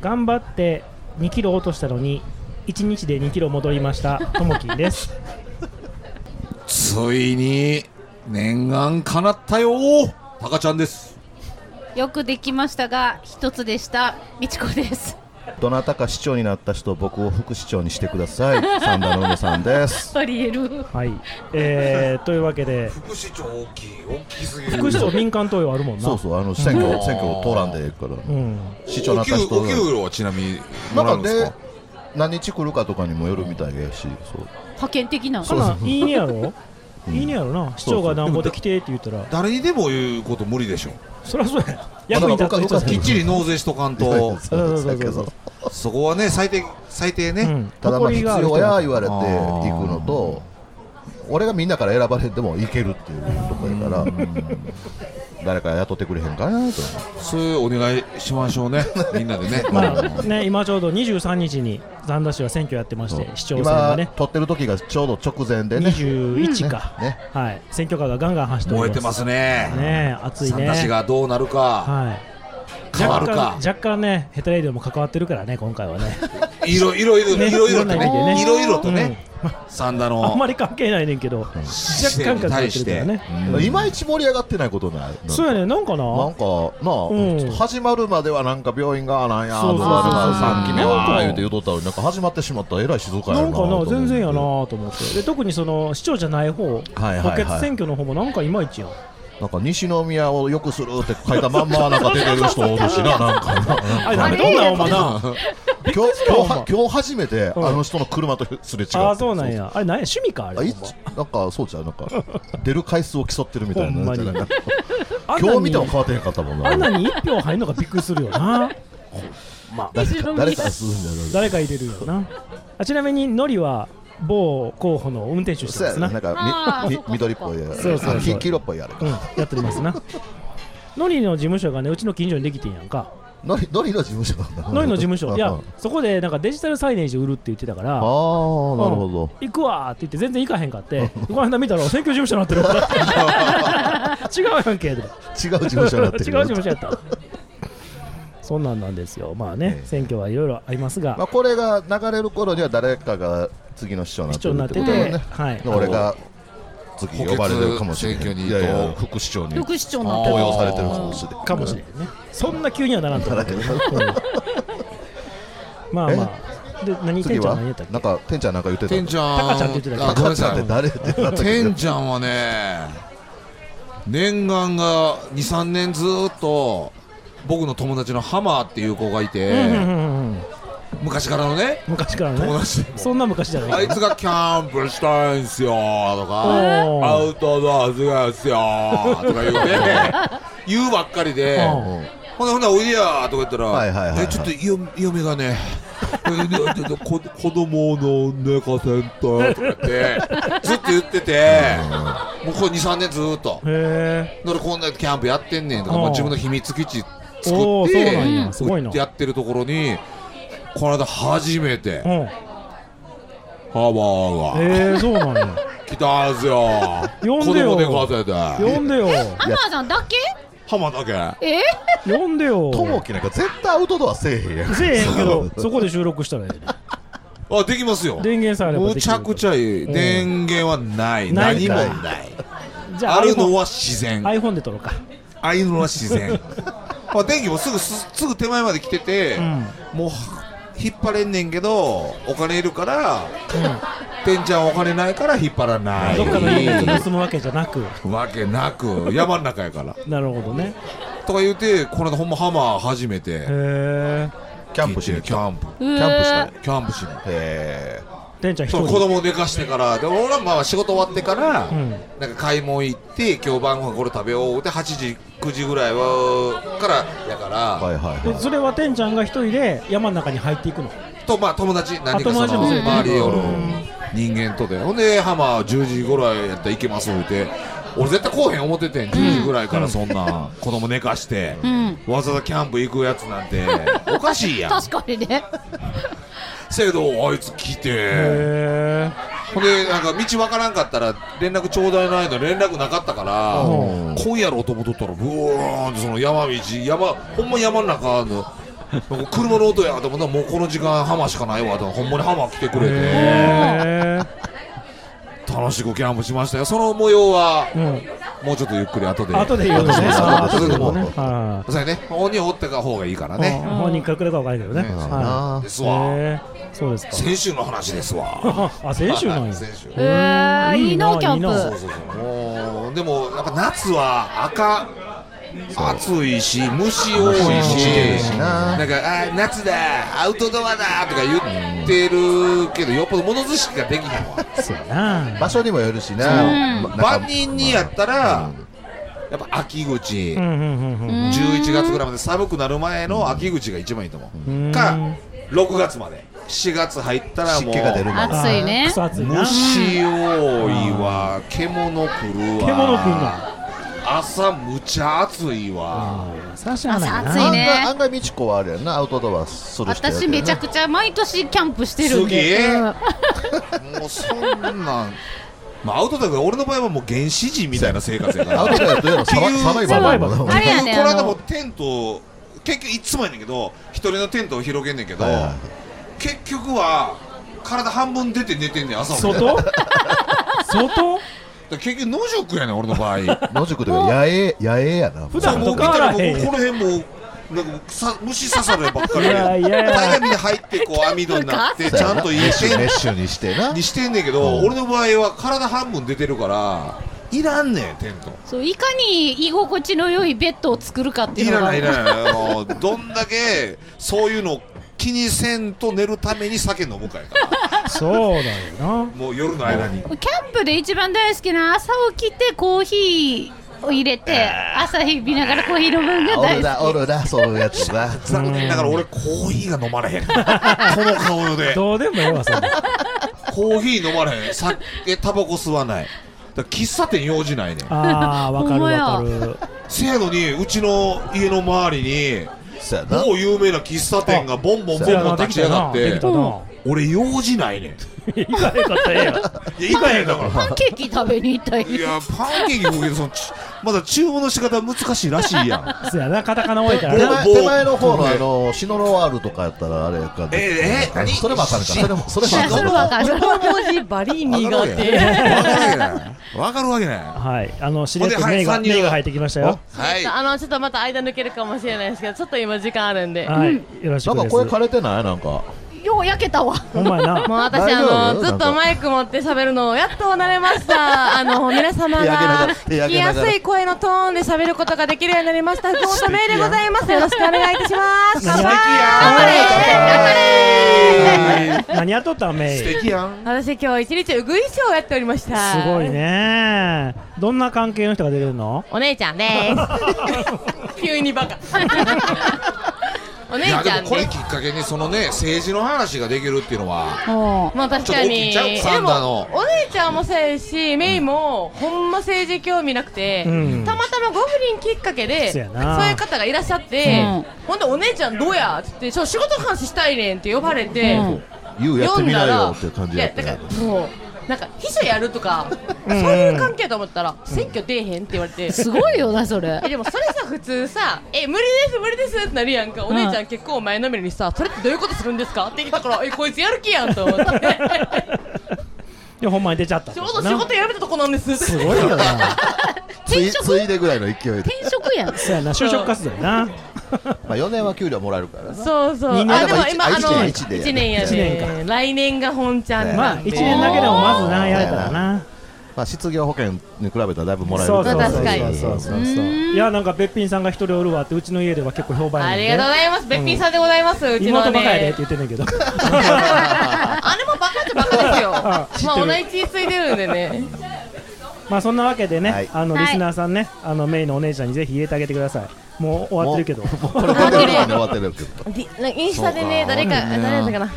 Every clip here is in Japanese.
頑張って2キロ落としたのに1日で2キロ戻りましたともきんです ついに念願叶ったよタカちゃんですよくできましたが一つでしたみちこですどなたか市長になった人僕を副市長にしてくださ い三田の梅さんですありえるはい、えー、というわけで副市長大きい大きすぎ副市長民間投与あるもんなそうそうあの選挙うん選挙通らんでいいからうん、市長になった人お給お給料はちなみになもんからうんですでか何日来るかとかにもよるみたいやしそう派遣的なそんなんいいねやろいいねやろな市長がなんぼで来てって言ったら誰にでも言うこと無理でしょそりゃそうや役に立った人まだ僕は僕はきやっちり納税しとかんと そうそうそうそうそこはね最低最低うね、んただまあ誇必りがある人要やや言われて行くのと俺がみんなから選ばれても行けるっていうとこやから誰か雇ってくれへんかなとそういうお願いしましょうねみんなでね、まあうんね、今ちょうど23日に三田市は選挙やってまして、市長選が今ね、撮ってる時がちょうど直前でね21か、ねはい、選挙カーがガンガン走ってお燃りえてますねね。ねえ、熱い三ね。田市がどうなるかはい。変わる若干か若干ね、ヘタレイディオも関わってるからね、今回はね。いろいろいろねいろいろといろんな意味でねねいろいろとねうん三田あんまのり関係ないねんけど、若姿勢干に関わっ対てしるかてらね。いまいち盛り上がってないことないなんかそうやね、なんかな。なんかなあ、うん始まるまではなんか病院がなんやそうそうそうどうなるかあ三ー期目はなんか言うて言うとったのになんか始まってしまったらえらい静かやななんかな、と思全って然やなと思って。で、特にその、市長じゃない方、はいはい補欠選挙の方もなんかいまいちやん。なんか西宮を良くするって書いたまんまなんか出てる人おるし ななんかなあれ、なんれかどんなんお前な。 今日今した日ほんまは今日初めてあんの人の車とすれ違うああ、そうなんや。あれ、なんや、趣味か、ああれい。つなんかそうじゃんなんか出る回数を競ってるみたいほんまなになんかあんな今に日見ても変わってへんかったもんあんななに一票入んのがびっくりするよな。誰か誰かするんじゃない誰か入れるよなあちなみにノリは某候補の運転手してそうまやすねななんあかーみそみっかそっか緑っぽいやそうそうそうあ黄黄色っぽいあれかうんやってますなノリの事務所がねうちの近所にできてんやんかノリノリの事務所なんだノリの事務所いあやそこでなんかデジタルサイネージ売るって言ってたからあーなるほど、行くわーって言って全然行かへんかってこの間見たら選挙事務所になってる から違うやんけとか違う事務所になって違るう事務所やったそんなんなんですよまあね、ええ選挙はいろいろありますまあ、がこれが流れる頃には誰かが次の市長にな市ってる長になっっててことだて、よねはい俺が次呼ばれるかもしれ補欠な選挙いにいやいやと副市長に登副市長になって応用されてるかうんもしれないかもしれんねそんな急にはならんと思うけどねうんまあまあで何次店長は何やったっけなんか天ちゃんなんか言ってたてんちゃんタカちゃんって言ってたけどあごめんなさいって誰ってなったけてどんちゃんはね念願が23年ずーっと僕の友達のハマーっていう子がいて、うんうんうんうん昔からのね昔から友ね達そんな昔じゃあないいつがキャンプしたいんすよとかおアーウトドア好きなんすよとか言うて 言うばっかりでうんほなほなおいでやとか言ったら、はいはいはいはいえちょっとよ嫁が ねえでででこ子供の寝かせんととか言ってずっと言っててもうこれ23年ずーっとへえ俺こんなキャンプやってんねんとかうんもう自分の秘密基地作おっーそうてなんやすごいなやってるところにこの間初めてうんハマーがへえそうなんや来たんすよ呼子んでよ供寝かせて呼んでよハマーさんだけハマだけえ呼んでよともきなんか絶対アウトドアせえへんやんせえへんけどそこで収録したらええねあできますよ電源さえあればむできちるゃくちゃいいうん電源はないない何んもかいないじゃああるの iPhone は自然 iPhone で撮ろうかあるのは自 然まあ電気もすぐすすぐ手前まで来てて、うんもう引っ張れんねんけどお金いるから、てんちゃんお金ないから引っ張らないどっかの家に盗むわけじゃなくわけなく山の中やからなるほどねとか言うてこの間ほんまハマー初めてへえキャンプしにキャンプキキャンプしたいキャンプしにへえ店長一そう人子供寝かしてからで俺はまあ仕事終わってから、んなんか買い物行って今日晩ご飯これ食べよう思って8時9時ぐらいはからやから、はいはいではいそれはてんちゃんが一人で山の中に入っていくのとまあ友達何人かあ友そ達のもそう周りにおるうん人間とでほんでハマー10時ぐらいやったら行けます言うて俺絶対来おへん思っててん10時ぐらいからそんな子供寝かして、んわざわざキャンプ行くやつなん ておかしいや ん確かにねせやけどあいつ来てへほんでなんか道わからんかったら連絡ちょうだいないの連絡なかったからうん今夜ろうと思っとったらブーンってその山道山ほんま山の中のなんか車の音やと思ったらもうこの時間ハマしかないわとほんまにハマ来てくれてへ楽しくキャンプしましたよその模様はえうんもうちょっとゆっくり後で後で言うとね後でそうあー後でそうもそうはそうやね本人おった方がいいからいね本人隠れるかわからないけどねねそうやはなですいわへえそうですか先週の話ですわあ先週なん や先週えー、いいなキャンプいいなそうそうそうもうでもやっぱ夏は赤暑いし虫多い虫多いししななんかあー夏だアウトドアだとか言ってるけどよっぽど物知識ができへんわそうやな場所にもよるしなうんまなんか万人にやったらやっぱ秋口うんうんうんうんうん11月ぐらいまで寒くなる前の秋口が一番いいと思うんうか6月まで7月入ったらも湿気が出るうのあー暑いねくそ暑いな虫多いわ獣来るわ獣来んな朝むちゃ暑いわさしゃないな暑いね案外案外美智子はあれやなアウトドアする人やけど私ねめちゃくちゃ毎年キャンプしてるんで、すげえうんもうそんなんまあアウトドアが俺の場合はもう原始人みたいな生活やかアウらトドアやとでもサバ急サバイバルだもんなあれやね僕この間あのもテントを結局いつもやねんけど一人のテントを広げんねんけど、はいはい結局は体半分出て寝てんねん朝ま でだか外外ら結局野宿やねん俺の場合 野宿というか野営野営やな普そう段もとう見変わたららもうへんこの辺もうなんかさ虫刺さればっかりいやでいや大概みんな入ってこう網戸になってちゃんと家シテュメンッシュにしてなトにしてんねんけど俺の場合は体半分出てるからいらんねんテント。そういかに居心地の良いベッドを作るかっていいのうらがないいらないあのどんだけそういうのを気にせんと寝るために酒飲むかやからそうだよなもう夜の間にキャンプで一番大好きな朝起きてコーヒーを入れて朝日見ながらコーヒー飲むのがおる大なお好きるなそういうやつな残念ながら俺コーヒーが飲ま れへんこの顔でどうでもええわそれコーヒー飲まれへん酒タバコ吸わないだから喫茶店用事ないねんああわかるわかほんるせやのにうちの家の周りにそうやな某有名な喫茶店がボンボンボンボン立ち上がっできてたな俺用事ないねんできたな行かへんかったらええやんいや行かへんだからパンケーキ食べに行ったりいやパンケーキ食うけどそのちまだ注文の仕方難しいらしいやんそうやなカタカナ多いから手な前棒手前の方の棒あのシノロワールとかやったらあれかええ何それもあかんかそれもそれもいやそれわあかる文字バリーニがあって わかるわけない。わかるわけない。はい、あの、しれっほんとではいメイが、参入メイが入ってきましたよ。はい。あのちょっとまた間抜けるかもしれないですけどちょっと今時間あるんではい、よろしなくんかです。声枯れてないなんかよう焼けたわほんまやな。もう私大丈夫あのずなっんかとマイク持って喋るのをやっと慣れました。あの皆様手上げなががら手上げなが聞らきやすい声のトーンで喋ることができるようになりました。福本メイでございます。よろしくお願いいたします。何乾や杯。何やっとったんメイ。素す敵やん。私今日一日うぐいしょをやっておりました。ごい。ね。どんな関係の人が出てるの。お姉ちゃんです。急にバカ。お姉いやちでゃもんこれできす。っかけにそのね政治の話ができるっていうのはもまあ確かに。ちょっと大きいんちゃうサンダーのでもお姉ちゃんもそうやし、メイもほんま政治興味なくて。うん。たまたまご不倫きっかけでそそううやないう方がいらっしゃって、うんほんで「お姉ちゃんどうや?」って言って「ちょ仕事話したいねん」って呼ばれて、うん言うやって読んみなだらよっていう感じいだやっだたかよらもうなんか秘書やるとかそう うんいう関係やと思ったら「選挙出えへん」って言われてう。すごいよなそれえでもそれさ普通さ「え無理です無理です」ってなるやんかお姉ちゃん結構前のめりにさ「それってどういうことするんですか?」って言った から「えこいつやる気やん」と思って「で、ほんまに出ちゃったんちでょすうな。ど仕事やめたとこなんです」すごいよ な。ついついでぐらいの勢いで転職やんそうやな、就職活動やな。まあ4年は給料もらえるからなそうそう。人間あ、だでからも一今、あ一年の、一一年やね年や一年ね。来年が本ちゃんまなあ、ん一で。年だけでも、まずな、やれたらな。まあ失業保険に比べたらだいぶもらえるそうかそうらそ確うかにそうそうそう。いや、なんか、べっぴんさんが一人おるわって、うちの家では結構評判やあねんりねがとうございます。べっぴんさんでございます。うちの妹バカやでっねて。言ってんねんけど。あれもバカっちゃバカですよ。知ってるま あ、同じ血ついてるんでね。まあそんなわけでね、はいあのはいリスナーさんね、あのメイのお姉ちゃんにぜひ入れてあげてください。もう終わってるけど。これ終わってるよね終わってるけどでなんかインスタでね、誰か、そうか誰だったかな。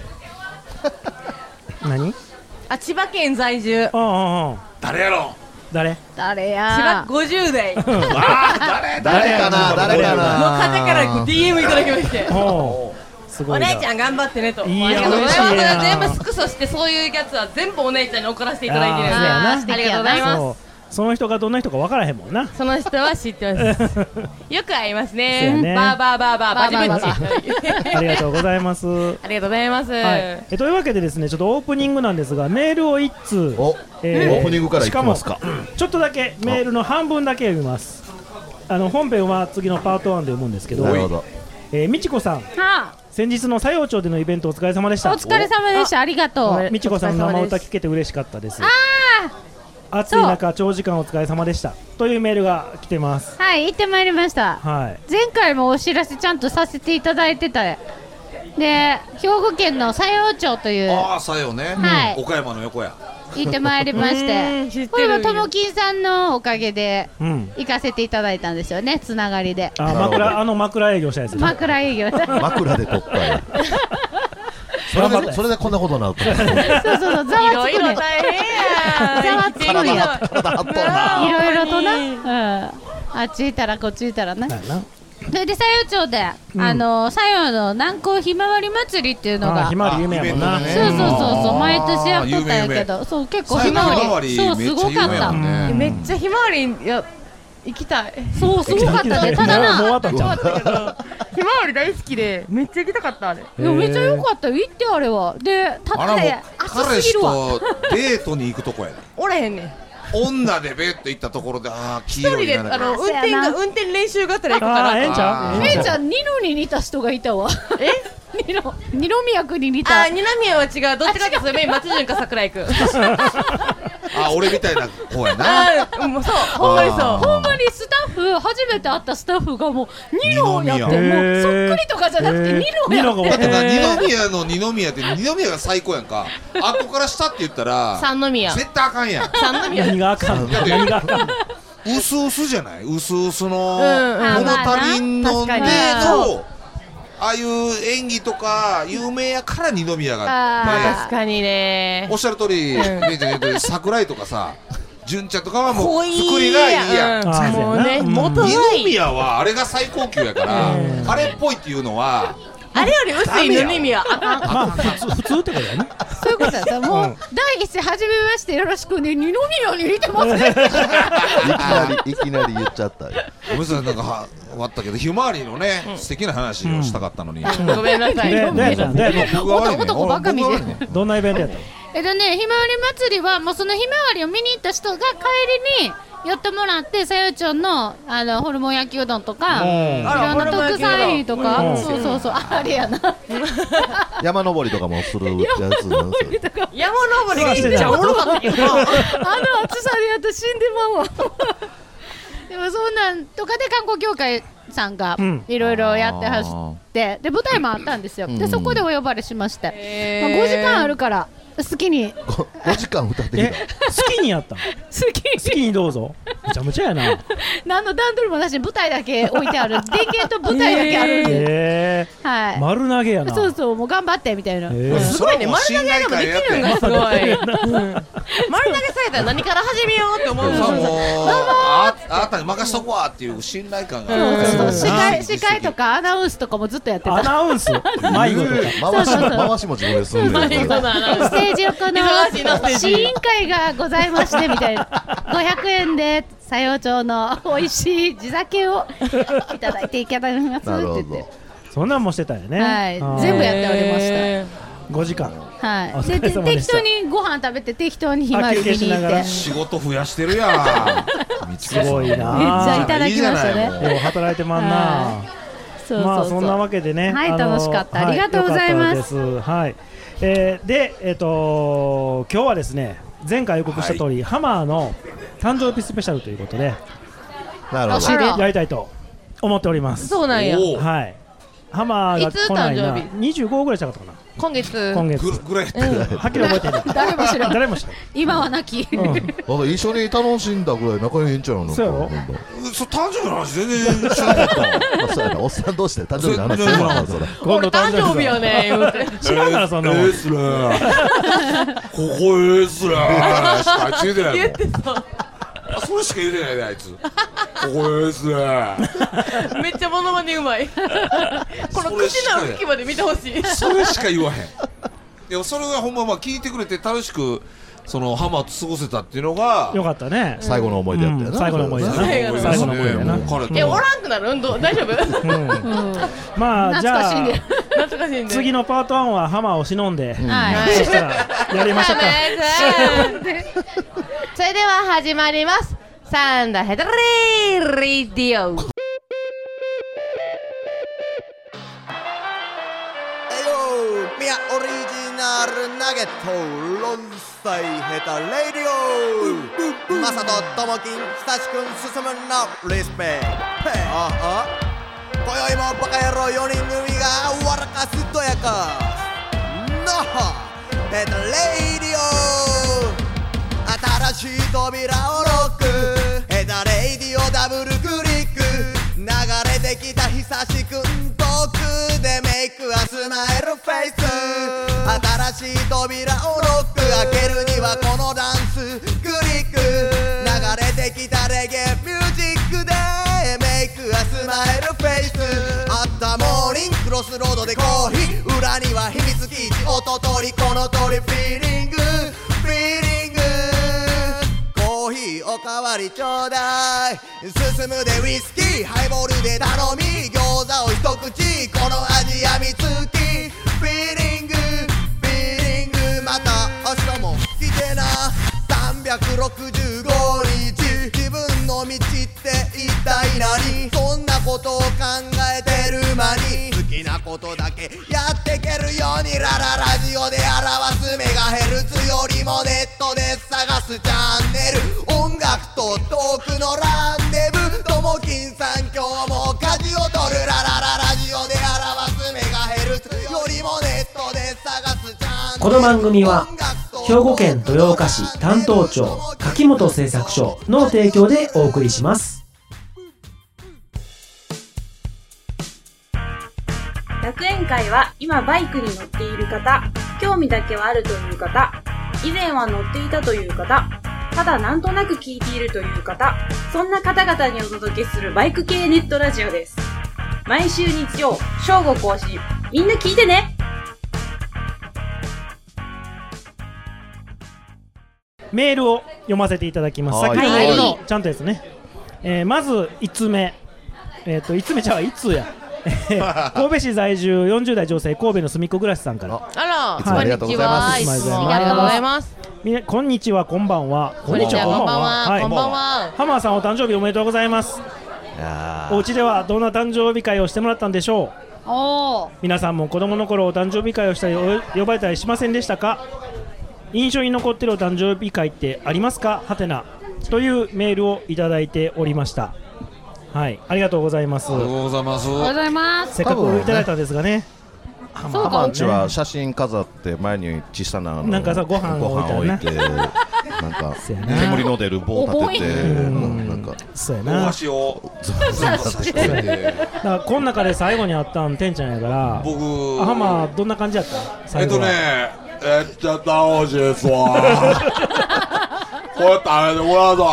何？あ、千葉県在住。千うんうんうん。誰やろ誰？誰葉や50代の方う。わあ誰だ。誰かな誰かなからこう DM いただきまして。おうすごおいな。姉ちゃん頑張ってねと。いやありがとうござい嬉しいまなす。全部スクショしてそういうやつは全部お姉ちゃんに送らせていただいてるんで。ああーりがとうございます。そうその人がどんな人か分からへんもんなその人は知ってます。よく会いますそうやね。ねバーバーバーバーバーバーバーバー。 ありがとうございますは ありがとうございます。い、えというわけでですねちょっとオープニングなんですがメールを一通おオープニングからいきますかしもちょっとだけメールの半分だけ読みますあの本編は次のパート1で読むんですけどなるほどえーみちこさんは先日の西洋町でのイベントお疲れ様でしあ、たお疲れ様でした。ありがとう。みちこさんの生歌聞けて嬉しかったです暑い中長時間お疲れ様でしたというメールが来てますはい、行ってまいりました。はい前回もお知らせちゃんとさせていただいてたで、兵庫県の西陽町というああさよね、はい岡山の横や行ってまいりまし うん知ってるて、これもともきんさんのおかげでうん行かせていただいたんですよね、つながりで。あなるほど枕あの枕営業したやつね枕営 業 そう枕で取ったよそれ頑張っでたそれでこんなことになったんだそうそう、ざいわろついろくね。大変や。ざわつくねや体張っとるないろいろとな、うん、あっち行ったらこっち行ったらね。はいなそれで西予町で、うんあの西予の南高ひまわり祭りっていうの あがーひまわり有名やもんなあイベンそうそうトでそうねそううん毎年やっとったんやけあどそう結構さひよまなわりそうめすっちゃご有名かっやたもんねめっちゃひまわりや行きたい。そうすごかったでただもう終わなった終んちゃわうったけど、ひまわり大好きでめっちゃ行きたかったあれ。いやめっちゃ良かったよ行ってあれはでたあだらもうで暑彼すぎ氏るわとデートに行くとこやでおらへんねん。女でベッと行ったところでああ黄一色人にでなるあの運そうや転なが運転練習がてら行くあーええんかちゃあーうええめんいちちゃゃうんニノに似た人がいたわえ ニノニノ宮君に似ら。たあー二宮は違う。どっちかっていうとメイン松潤か桜井くん。ああ俺みたいな子やなあ ーもうそうほんまにそう。ほんまにスタッフ初めて会ったスタッフがもうニノやっても二宮へうーそっくりとかじゃなくてニノニやノっがて分だってなへー二宮の二宮って二宮が最高やん かあっこから下って言ったら三宮。絶対あかんやん三宮。何があかん何があかん薄々じゃない薄々のうんうん物足りんのあでまあな確かにのああいう演技とか有名やから二宮あーが確かにねおっしゃる通りうん姉ちゃん言う通り桜井とかさ純ちゃんとかはも濃うい作りがいいやんうんあーもうねそうやなうん元がい二い宮はあれが最高級やからうんあれっぽいっていうのはあれより薄い二宮あかんまあ普通普通ってことやなそういうことだった。もう、うん第一声初めましてよろしくね。二宮に似てますね。いきな りいきなり言っちゃったよごめんなさいなんかは終わったけどひまわりのね素敵な話をしたかったのにごめんなさいででで僕が悪いね男ばっか見て僕が悪いねどんなイベントやったえっとね、ひまわり祭りは、もうそのひまわりを見に行った人が帰りに、寄ってもらって、さよちゃんの、あの、ホルモン焼きうどんとか、うんいろんな特産品とホルモか、ン焼きうそどんうそうそう、あれやな。山登りとかもするやつなんですよ山登りがいいんちゃうおもろかったけどなあの暑さで私死んでまうわ。でもそんなんとかで観光協会さんがうんいろいろやってはって、で舞台もあったんですよ、うでんそこでお呼ばれしまして、へまあ、ー5時間あるから好きに好 ご5時間歌ってきえた好きにやったん好ききににどうぞむちゃむちゃやな何の段取りもなしに舞台だけ置いてある電源と舞台だけあるんで、へはえい、丸投げやなそうそうもう頑張ってみたいな、へーすごいね丸投げでもできるんがすごいうん丸投げされたら何から始めようって思うさあもうもんああなたに任しとこわっていう信頼感がそうそう司会実績司会とかアナウンスとかもずっとやってアた ナウンス迷子とか回しそうそうそう回しも自分でするん何だこよの話ステージ横の忙しいなステージ試飲会がございましてみたいな500円で佐用町の美味しい地酒をいただいていただきますっなてる言ほってどそんなんもしてたよねはいあー全部やっておりましたへ5時間おはい疲でれ様ででした適当にご飯食べて適当にひまわり見に行あ休憩しなっがてら仕事増やしてるやん すご いめなっちゃいただきましたいいじゃないねもうよう働いてまんはなそうそうそう、まあそんなわけでねはいあの楽しかったはありがとうございます良かったですはいえーでえっと今日はですね前回予告した通りハマーの誕生日スペシャルということでなるほどあらやりたいと思っておりますそうなんやおうはいハマーが来ないないつ誕25ぐらいしたかったかな今月今月ぐぐらいやったらはっきり覚えてない誰も知らん誰も知今はなき、らんうんなんか一緒に楽しんだぐらい仲いいんちゃうのそうやろ今度そう誕生日の話全然知らなかったわまあそうやなおっさん同士で誕生日の話するもんなそれ今俺度誕生日よねね言うて知らんからそんなえもーえーんっすねここええっすねしかあいつ言うてないも言んってそうあそれしか言うてないであいつここええっすねめっちゃモノマネうまいこの口の動きまで見てほしい それしか言わへんでもそれがほんままあ聞いてくれて楽しくそのハマと過ごせたっていうのがよかったね最後の思い出やったよな、うん最後の思い出だな最後の最後の思い出やなもう彼とえおらんくなる運動大丈夫懐うんうんまあじ懐かしいゃあねかしいんで次のパート1はハマを忍んではいそしたらやりましょうかそ れでは始まりますサンダヘタレーリディオよミヤオリジナルナゲット論歳ヘタレディオマサとともきん久しくん進むのリスペクトああ今宵もバカ野郎4人組が笑かすとやかノッヘタレディオ新しい扉をロックヘタレイディオダブルクリック流れてきた久しくんトークでメイクはスマイルフェイス新しい扉をロック開けるにはこのダンスクリック流れてきたレゲエミュージックでメイクはスマイルフェイスあったモーニングクロスロードでコーヒー裏には秘密基地音取りこの鳥フィーリングフィーリングコーヒーおかわりちょうだい進むでウイスキーハイボールで頼み餃子を一口この味やみつきフィーリングフィーリングまた明日も来てな365日自分の道って一体何そんなことを考えてる間に好きなことだけやってけるようにラララジオで表すメガヘルツよりもネットで探すチャンネル音楽とトークのランデブともきんさん今日も舵を取るララララジオで表すメガヘルツよりもネットで探すチャンネルこの番組は兵庫県豊岡市担当庁柿本製作所の提供でお送りします楽園会は今バイクに乗っている方、興味だけはあるという方、以前は乗っていたという方、ただなんとなく聞いているという方、そんな方々にお届けするバイク系ネットラジオです。毎週日曜、正午更新。みんな聞いてねメールを読ませていただきます。はい先ほどはいのちゃんとですね。えーまず5つ目。えっ、と5つ目じゃあいつや。えー神戸市在住40代女性神戸の住みっこ暮らしさんから。あら、いつもありがとうございますこんにちいつもはあありりががとうごとうござざいいます。みなこんにちはこんばんは。こんにちは、こんばんは。こんばんい。は。ハマーさんお誕生日おめでとうございます。お家ではどんな誕生日会をしてもらったんでしょう。おー皆さんも子供の頃お誕生日会をしたりお呼ばれたりしませんでしたか印象に残ってるお誕生日会ってありますかはてなというメールをいただいておりましたはいありがとうございますおはようございますおはようございますせっか多分くねいただいたんですがねそうハマかンチは写真飾って前に小さなあのなんかさご飯ご置いてあ置いてなんかせやな煙の出る棒立ててうんなんかそうやおな箸をそう食べてだからこの中で最後に会ったんてんちゃんやから僕あはまどんな感じやったえっ最後とはねえっちゃ楽しいっすわこれ食べてもらうぞ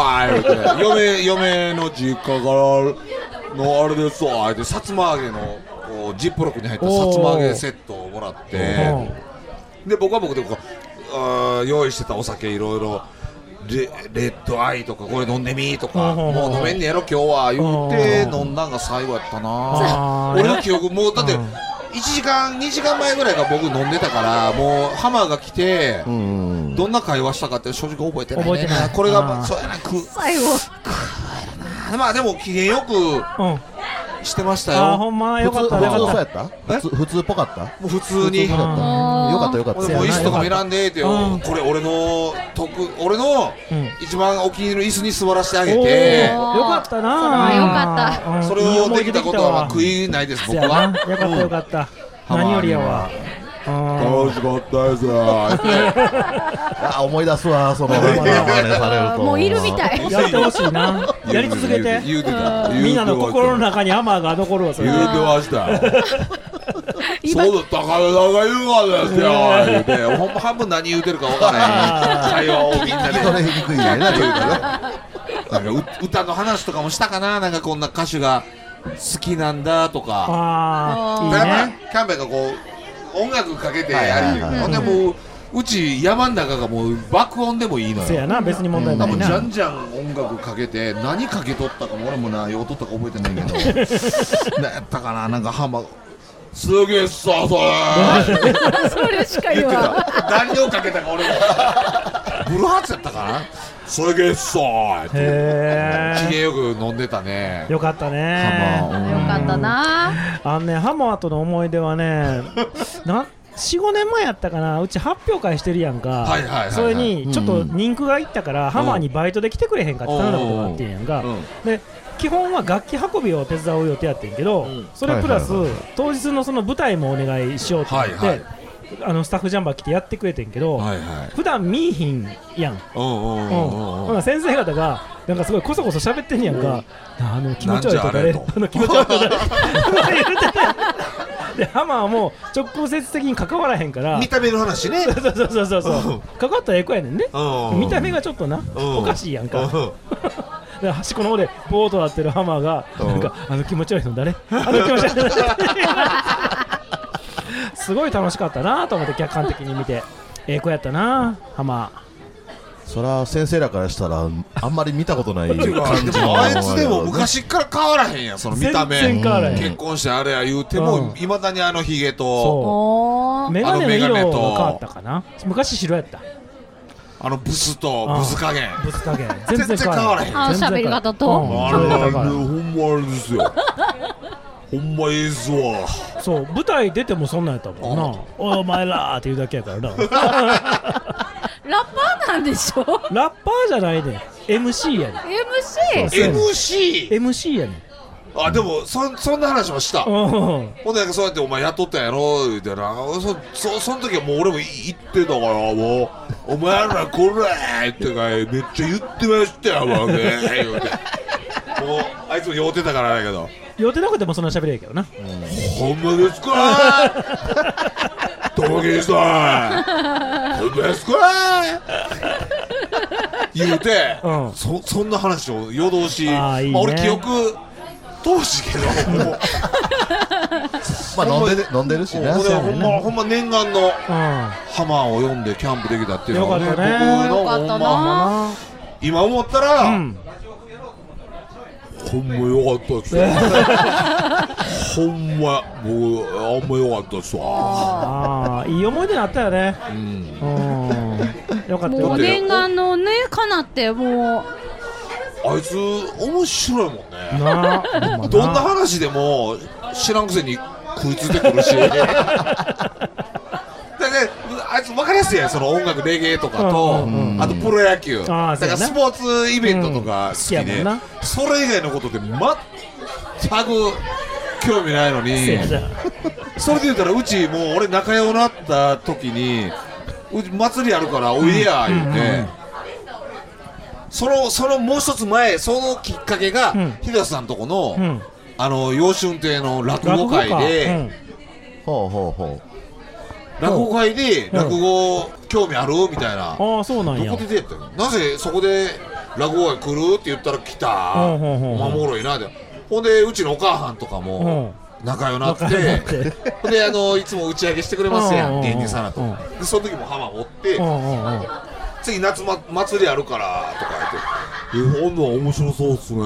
言うて嫁 嫁の実家からのあれですわ言うてさつま揚げのこうジップロックに入ったさつま揚げセットをもらってで僕は僕でこうあー用意してたお酒いろいろレレッドアイとかこれ飲んでみーとかうんうんうんもう飲めんねやろ今日は言ううんて飲んだんが最後やったあなー俺の記憶もうだってうん1時間2時間前ぐらいから僕飲んでたからもうハマーが来てうんどんな会話したかって正直覚えてないね覚えてないこれあがーまあそうやなく最後まあでも機嫌よくうん、うん、してましたあーほよんまよかっ普通たよそうかやっったえ普通普通っぽかったもう普通普通にっぽかっうたんよかったよかった俺もう椅子とかもいらんでーってよ、うんこれ俺の得俺のうん一番お気に入りの椅子に座らせてあたげおて、ーよかったそれなはよかったうんそれいいを思でいき出たことはまあわ悔いないですそ僕やなはよかったよかった、何よりやわうん楽しかったですよあ思い出すわその や真似されるともういるみたいやってほしいなやり続けて言うてたみんなの心の中にアマーが残るわそれ言うてましたよ今そうだ高田が言うからですよ言うてほんま半分何言うてるか分からへん会話をみんなで聞き取れにくいねなちょっとねなんかう歌の話とかもしたかななんかこんな歌手が好きなんだとかああいいだからまあねキャンベルがこう音楽かけてはいはいやはりいほんでもううち山の中がもう爆音でもいいのせよやな別に問題ななんいかじゃなんじゃん音楽かけて何かけとったかも俺もなようとったか覚えてないけ ど何やったかななんかハンマーすげえっさそれ それしか言言ってわんた何をかけたか俺がブルーハーツやったかなすげえっさってへ機え嫌よく飲んでたねよかったハねマーよかったなあのねハマーとの思い出 はねな45年前やったかなうち発表会してるやんか、はいはいはいはいそれにちょっうんとうん人気がいったから、ハマーにバイトで来てくれへんかって頼んだことがあってんやんか、うんうんで基本は楽器運びを手伝う予定やってんけど、んそれプラス、はいはい当日のその舞台もお願いしようって言って、はいはいあのスタッフジャンバー来てやってくれてんけど、はいはい普段見いひんやんうんうんうんうんほうんな先生方がなんかすごいこそこそ喋ってんねやんか、なあの気持ち悪いとかなんじゃねあれとあの気持ち悪いとかね言って てでハマーも直接的に関わらへんからん見た目の話ねそうそうそうそうそう関わったらええ子やねんねうん見た目がちょっとなうんおかしいやんうかんで端っこの方でボートなってるハマーがうんなんかあの気持ち悪いの誰あの気持ち悪いの誰すごい楽しかったなと思って客観的に見てええ子やったなハマーそら先生らからしたらあんまり見たことない感でじものあいつでも昔から変わらへんやんその見た目全然変わらへん結婚してあれや言うてうもんいまだにあのヒゲとそうおーメガネの色があのメガネ変とわったかな昔白やったあのブスとうんブス加減ぶつかけ全然全然変変わわららへへんんあ喋り方とあれ全然あれ変わらへんほんまあれですよほんまええっすわそう舞台出てもそんなんやったもんな「おいお前ら」って言うだけやからなラッラッパーなんでしょパーじゃないで MC やね MC そうやね MC MC やねあでもそそんな話もしたうんほんでそうやってお前雇ったんやろ言うてなそそその時はもう俺も言ってたからもうお前らこれってかめっちゃ言ってましたよもうね言うてもうあいつも酔うてたからだけど予定なくてもそんな喋れやけどなほんまですかともきさんほんまですか言うて、うんそそんな話を夜通しあーいいねまあ、俺記憶通しけどもうまあ飲んでる飲んでるしねもうねほんまほんま念願のうハマーを読んでキャンプできたっていうのはねよかったね僕のよかったほんまな今思ったら、んほんまよかったっすよ ほんま僕あんまよかったっすわああいい思い出になったよねうんうんよかったよもかうった念願のねかなってもうあいつ面白いもんねなあほんまどんな話でも知らんくせに食いついてく るしだねあいつ分かりやすいやんその音楽レゲエとかと、うんうんあとプロ野球だあからーそうやなスポーツイベントとか好うん好ききやもで、んなそれ以外のことで全く興味ないのせにやじゃそれで言ったらうちもう俺仲良くなった時にうち祭りあるからおいでや言うて、そのそのもう一つ前そのきっかけが、ん日田さんとこの、うんあの養春亭の落落語語か会で落う語,、んほうほうほう会で落語興味あるみたいな、ああそうなんどやこで出会ったのなぜそこで落語会来るって言ったら来た、うんうんうんうんおもろいなってほんでうちのお母さんとかも仲良なって、仲良なってほんであのいつも打ち上げしてくれますやうんうんうんん芸人さんらと、でその時も浜持って、うんうんうん次夏、ま、祭りあるからとか言って「えほんの面白そうっすね」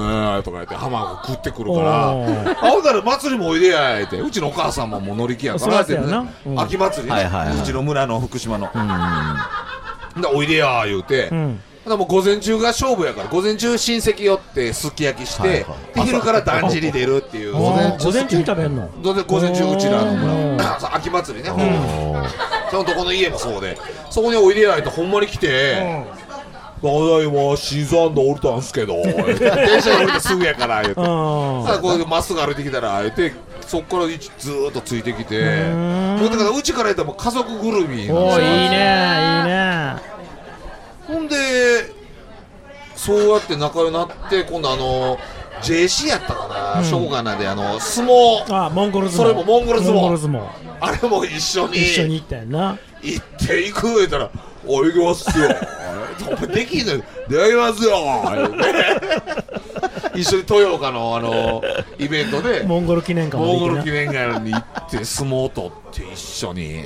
とか言って浜が食ってくるからおー「あほんなら祭りもおいでや」ってうちのお母さんももう乗り気やからそうやったよなってねうん秋祭りはね、いはいはいうちの村の福島の「でおいでや」言うて、うんだからもう午前中が勝負やから午前中親戚寄ってすき焼きして、はいはいで昼からだんじり出るっていうあー午午前前中中に食べんのどうせ午前中うちらのうん村そう 秋祭りね、おーそのとこの家もそうでそこにおいでやいとほんまに来て、ただいま、シザンで降りたんすけ ど、電車で降りてすぐやから、言うて。うんさあ、こうまっすぐ歩いてきたら、言うて、そっから一ずーっとついてきて、んもうだから、うちから言ったらもう家族ぐるみなんおでおすいいよ。ねいいねほんで、そうやって仲良くなって、今度あの、JC やったかな、しょうがなで、あの、相撲、あモンゴル相撲それもモンゴル相撲モンゴル相撲あれも一緒に。一緒に行ったよな行っていく言うたら「おい行きますよ」お前できんのよ「出会いますよ」一緒に豊岡のあのイベントでモンゴル記念館までモン行ゴってルな記念会に行って相撲を取って一緒に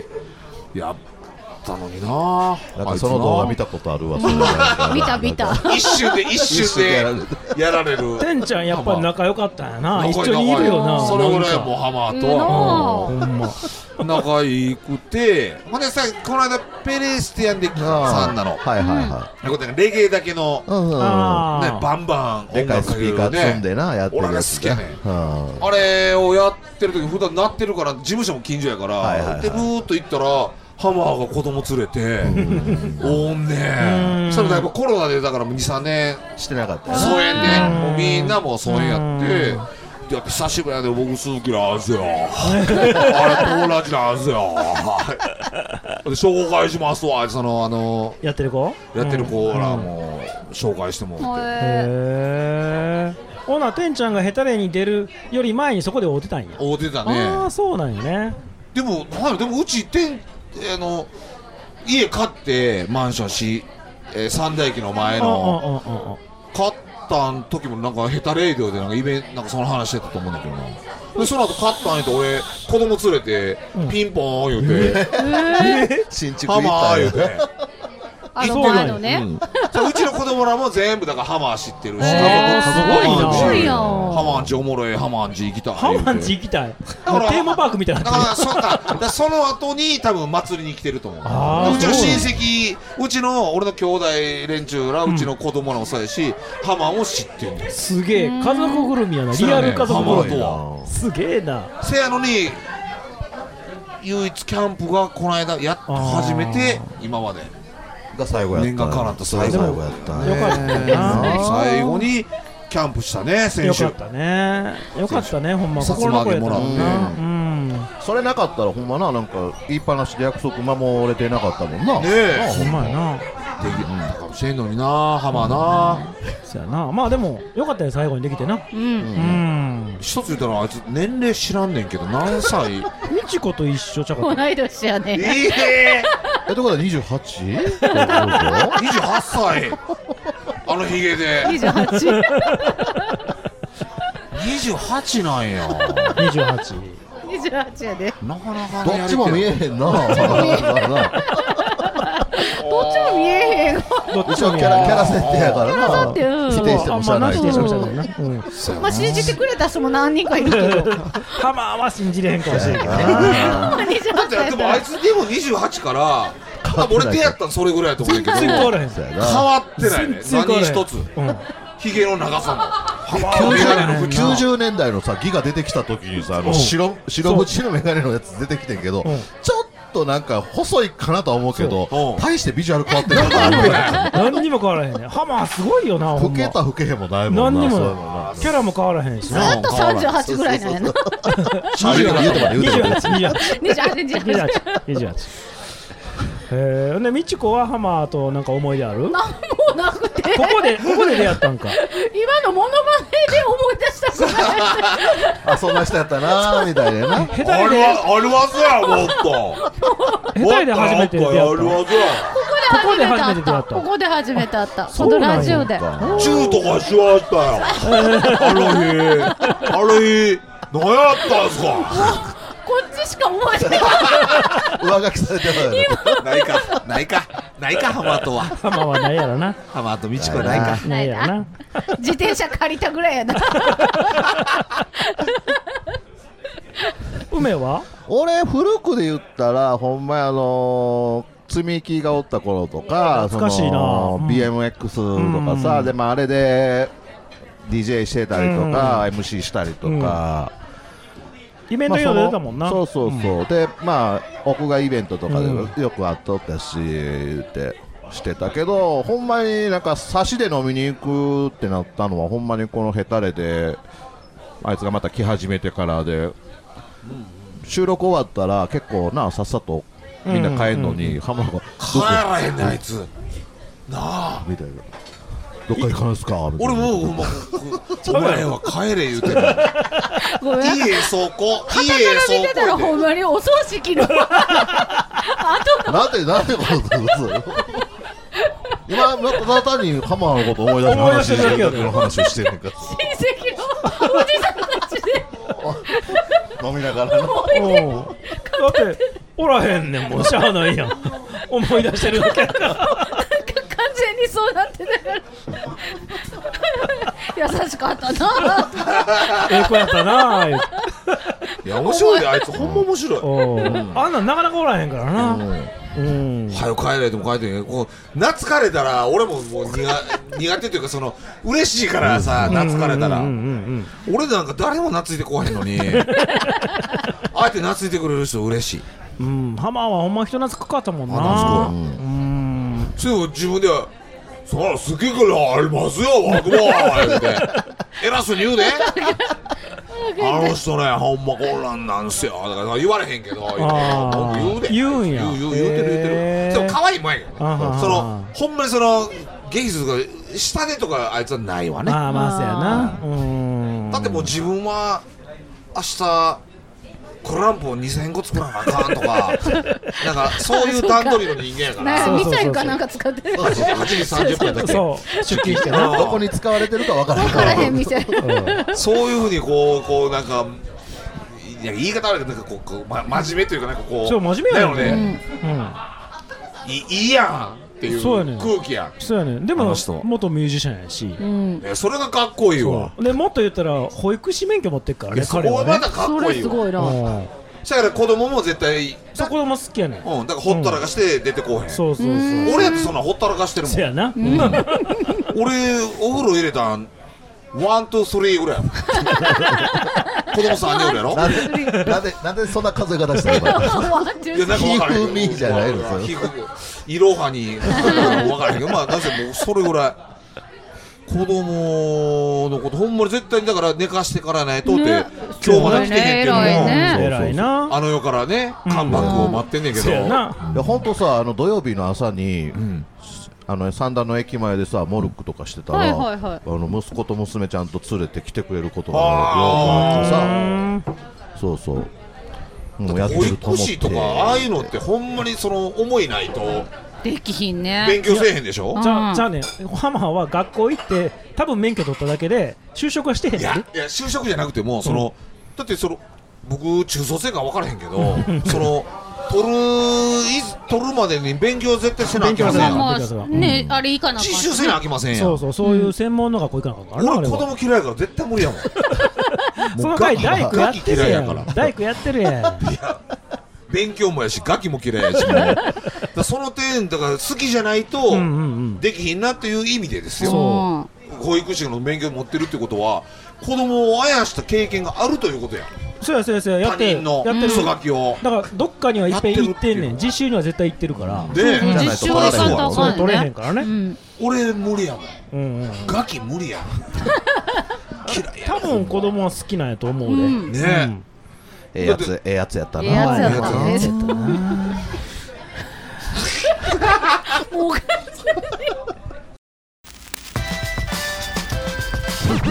やっったのにななんかその動画見たことあるわ。それなんか見た見たなんか一瞬で一一瞬瞬でやられでてやられ るてんちゃんやっぱり仲良かったんやな一緒にいるよなそれぐらいなんもうかハマーとうんはほんま仲良くてほんでさこの間ペレスティアンでさんなのはいはいはなんかレゲエだけのい。うんうんうん。あねーバンバンで音かい楽スかピけーカるー積んねでな、やってるやつ俺が好きやねねうんあれをやってる時普段鳴ってるから事務所も近所やかはいはいはらいでブーっと行ったらハマーが子供連れておんうねんんそれがやっぱコロナでだからもう23年してなかったよな。疎遠うんねもうみんなもう疎遠やっうんてで久しぶりやで僕鈴木なん すよあれ友達なんすよで紹介しますわそのあのやってる子やってる子らうんもう紹介してもらってへへえほなてんちゃんがヘタレに出るより前にそこで会うてたんや会うてたあねあそうなんよねでもなんやでもうちてんあの家買ってマンションし、えー三田駅の前あああのああ買ったん時もなんかヘタレイディオでなんかイベンなんかその話してたと思うんだけどなでその後買ったんやて俺子供連れてピンポーン言うて新築行ハったマー言うよてあのそうな前んやのねそううちの子供らも全部だからハマー知ってるしへーすごいなハマーんちおもろいハマーんち行きたいハ言うてマンチ行きたいだからテーマパークみたいにだなってからるそっかだからその後に多分祭りに来てると思あーううちのそう親なん戚うちの俺の兄弟連中らうちの子供らもそうやし、ハマンを知ってるんですすげえ家族ぐるみやなリアル家族ぐるみやすげえなせやのに唯一キャンプがこの間やっと始めて今までが最後やった。念願叶ったそれ最が後最後やったね。よかったな最後にキャンプしたね先よ週かったねよかったねほんまさつ心まの揚げ声やったもんもらなっうんそれなかったらほんまな、なんか言いっぱなしで約束守れてなかったもんな。ねえなあほんまやなできたかもしれんのになハマーな、そやなまあでもよかったよ最後にできてなうんうん一つ言ったらあいつ年齢知らんねんけど何歳みちこと一緒ちゃか同ったい年やえねええ、ところで 28? 28歳あのヒゲで28 28なんや 28 28やでなかなかどねっちも見えやりへん な。などっちも見えへんどっ一ちも応見キえャなラいキャラ設定やからな。キャラ設定うん否定してあもんしゃまあなない否け定ど。しそてもしゃあないなうんて んまあ信じてくれた人も何人かいる けどハマーは信じれへんかもしれんけどなだっ28て歳やでっもたあらいつでも28から多分俺出会ったのそれぐらいやと思うんだけ全ど変然変わらへんうやなわってないね全然変何わらへん一つうんヒゲの長さもハマ変わらへんな90年代のさギが出てきた時にさあうんの白白縁のメガネのやつ出てきてんけどうんちょっとなんか細いかなとは思うけどそううん大してビジュアル変わってない 何にも変わらへんねハマーすごいよなほ老んけまた老けへんもないもん何なにそもういうなのいキャラも変わらへんしなずっと38ぐらいなんやなな言うても言うても言うても2828 28 28 28えー、で美智子はハマーとなんか思い出あるこ何もなくてこでここで出会ったんか今のモノマネで思い出したくないあそんな人やったなみたい なな下手あでるわあるわずやもっと下手で初めて出会もっっとあるわたのずやここで初めて出会ったここで初めて会ったそこうのなんやラジオでチューとかしましたよあの日あの日何やったんすかこっちしか思えてない上書きされてるないかないかないかハマとはハマーはないやろなハマと美智子ないかないやろな自転車借りたぐらいやな梅は俺古くで言ったらほんまやあのー積み木がおった頃とか懐かしいそなのうん BMX とかさ、うんでもあれで DJ してたりとか、MC したりとか、イベンまあトにそはの出たもんなそうそうそう、でまあ屋外イベントとかでうよく会っとったし、ってしてたけどほんまになんか差しで飲みに行くってなったのはほんまにこのヘタレであいつがまた来始めてからで収録終わったら結構なさっさとみんな帰んのに浜田が「帰らへんねあいつなあみたいな「どっか行かないっすか?」みたい俺なもうまお前は帰れ言うてるごめんいいえそこいいだから見えてたらそほこんまにお葬式のなんてなんてことだ今また単に浜田のこと思い出して話してるだけの話をしてるんか親戚のおじさんたちで飲みながらな うんだっておらへんねんもうしゃあないやん思い出してるだけ完全にそうなってたから優しかったなええ子やったなあ言ういてや面白いあいつほんま面白いおーあんなんなかなかおらへんからなうん早く帰れでも帰ってねこう懐かれたら俺ももう苦苦手というかその嬉しいからさ懐かれたらうんうんうん俺なんか誰も懐いてこへんのにあえて懐いてくれる人嬉しいうん、ハマーはほんま人懐っこかったもんあな。うん、それを自分では「そら好きからありますよ僕も」言うて偉そうに言うであの人ねほんまこんなんなんすよだから言われへんけど言うてあー僕言うで言うんや言う言う言うてる言うてへるーでも可愛いもんやけどねあははそのほんまにそのゲイズが下でとかあいつはないわねまあまあそうやな。うん。だってもう自分は明日クランプを2000個作らなあかん とかなんかそういう段取りの人間やからなそんうかそうそうそうミサイルかなんか使ってる8時30分だけそう、出勤してな。などこに使われてるかわからない分からへんミサイルそういうふうにこうこうなんかいや言い方悪いけどなんかこうこう、ま、真面目というかなんかこうそう真面目やねだよね、うん、いいいやんっていうそうやねん空気やんそうやね。であもの人元ミュージシャンやし。うんえそれがかっこいいわでもっと言ったら保育士免許持ってっからいねや。そ彼こははまねた。かっそこれいいすわごいなうんだから子供も絶対そこも好きやねん。うんだからほったらかして出てこうへん、そうそうそう。俺やってそんなほったらかしてるもんそうやな。 俺お風呂入れたんワン、ツー、スリーぐらいやもん子供さん人ぐらいやろなんでなんでなんでそんな数え方したの今いやなんか分からへんひふみじゃないのそれひふいろは に分からへんけどまあなぜもうそれぐらい子供のことほんまに絶対にだから寝かしてからやないとって、ね今日まで来てへんけども、偉いね偉いな。あの世からねカムバックを待ってんねんけど、そうやな。いや本当さあの土曜日の朝に、んあの三段の駅前でさモルックとかしてたら、はいはいはいあの息子と娘ちゃんと連れて来てくれることがよくああってさそうそうもうやって保ると育思っ士てとかああいうのってほんまにその思いないとできひんね勉強せえへんでしょじゃうあんじゃあね、ハマーは学校行って多分免許取っただけで就職はしてへんねんいでやいや就職じゃなくてもその、だってその僕中卒生か分からへんけど その取るい取るまでに勉強絶対せなあきません勉強やんせなまあねあれいいかなあかん実し習せなあきませんやそうんそう、そういう専門の学校行かなあかんからな。あれ俺は子供嫌いやから絶対無理やもんその回大工やってるやガキ嫌いやかん。大工やってるやん。勉強もやしガキも嫌いや しだからその点だから好きじゃないとうんうんうん。できひんなっていう意味でですうよん保育士の免許持ってるってことは子供をあやした経験があるということやそうやそうやそうや。や他って人る。のやってる嘘。書きをだからどっかにはいっぺん行ってんね。やってるっていうん実習には絶対行ってるから。じでゃない実と習は行かんとあそかれん取れよへんねからね。俺無理やもんうんうん。ガキ無理やん嫌いや多分子供は好きなんやと思うで。うんねうえ、んええやつええやつやったえなえやつやったまあええねやつ絶対もう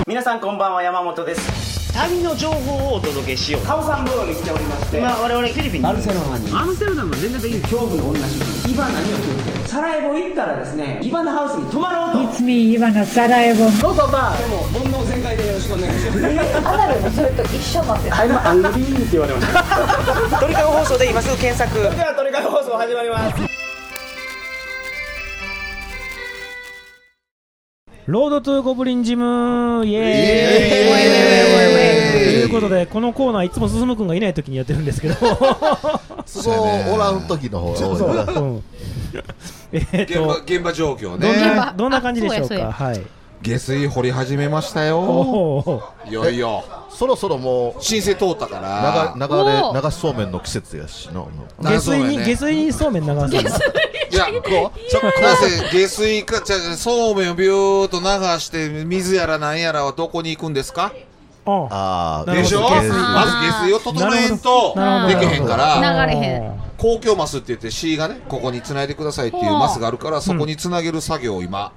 皆さんこんばんは山本です旅の情報をお届けしようカオさんブームに来ておりまして今我々フィリピンにバルセロナにアムステルダム全然できる恐怖の女主義イバナには気をつけてサラエボ行ったらですねイバナハウスに泊まろうと It's me イバナサラエボどうぞバーでも煩悩全開でよろしくお願いしますアナルもそれと一緒なんで I'm angry って言われましたトリカゴ放送で今すぐ検索ではトリカゴ放送始まりますロードトゥーゴブリンジムイエーイということで、このコーナーいつも進くんがいないときにやってるん ですけど。そうおらん時の方が 多いな うんえーっ現場と、現場状況どんねなどんな感じでしょうそうやそうか。やはい。下水掘り始めましたおよお。いよいよそろそろもう申請通ったか流ら流おれー流しそうめんの季節やしの下水に、流下し水にそうめん流すんですいやこうちょっとなぜ下水かじゃあそうめんをビューっと流して水やらなんやらはどこに行くんですかああああなるでほしどょ下ま水ずあー下水を整えんとなるでほきどへんかなるほどら流れへん公共マスって言って C がねここにつないでくださいっていうマスがあるからそこにつなげる作業を今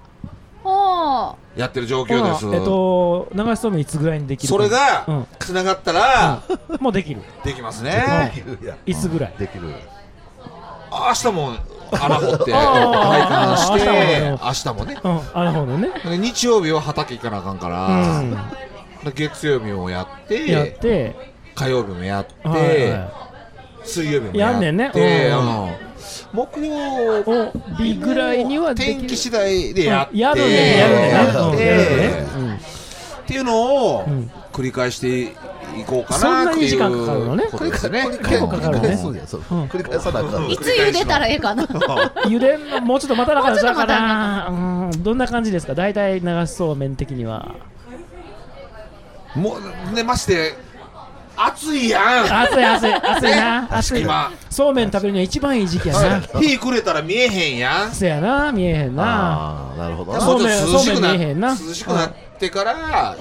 ほやってる状況ですえっと流しそうめんいつぐらいにできるそれうがんつながったらもうできるできますねいつぐらいできる明日も穴掘って体あ感ーして明日もねうんあなるほどねで日曜日は畑行かなあかんかうら、んで月曜日もやってやって火曜日もやって、はいは水曜日もやんねんやねって、うんうん目標を日ぐらいにはできる天気次第でやって、うんやるねやるねってやるねっていうのを繰り返していこうかそんななってにい時う間かかるのねことですね。結構かかるねそうだよそう繰り返さなあかんいつ茹でたらええか なゆでんのもうちょっと待たなか もうったらちょっと待たななうんどんな感じですか大体流しそうめん的にはもうねまして暑いやん。暑い暑い暑いねな暑い隙間そうめん食べるには一番いい時期やな火くれたら見えへんやん。せやな見えへんなああなるほどもうちょっと涼しくそうめんそうめん見えへんなな涼しくなってから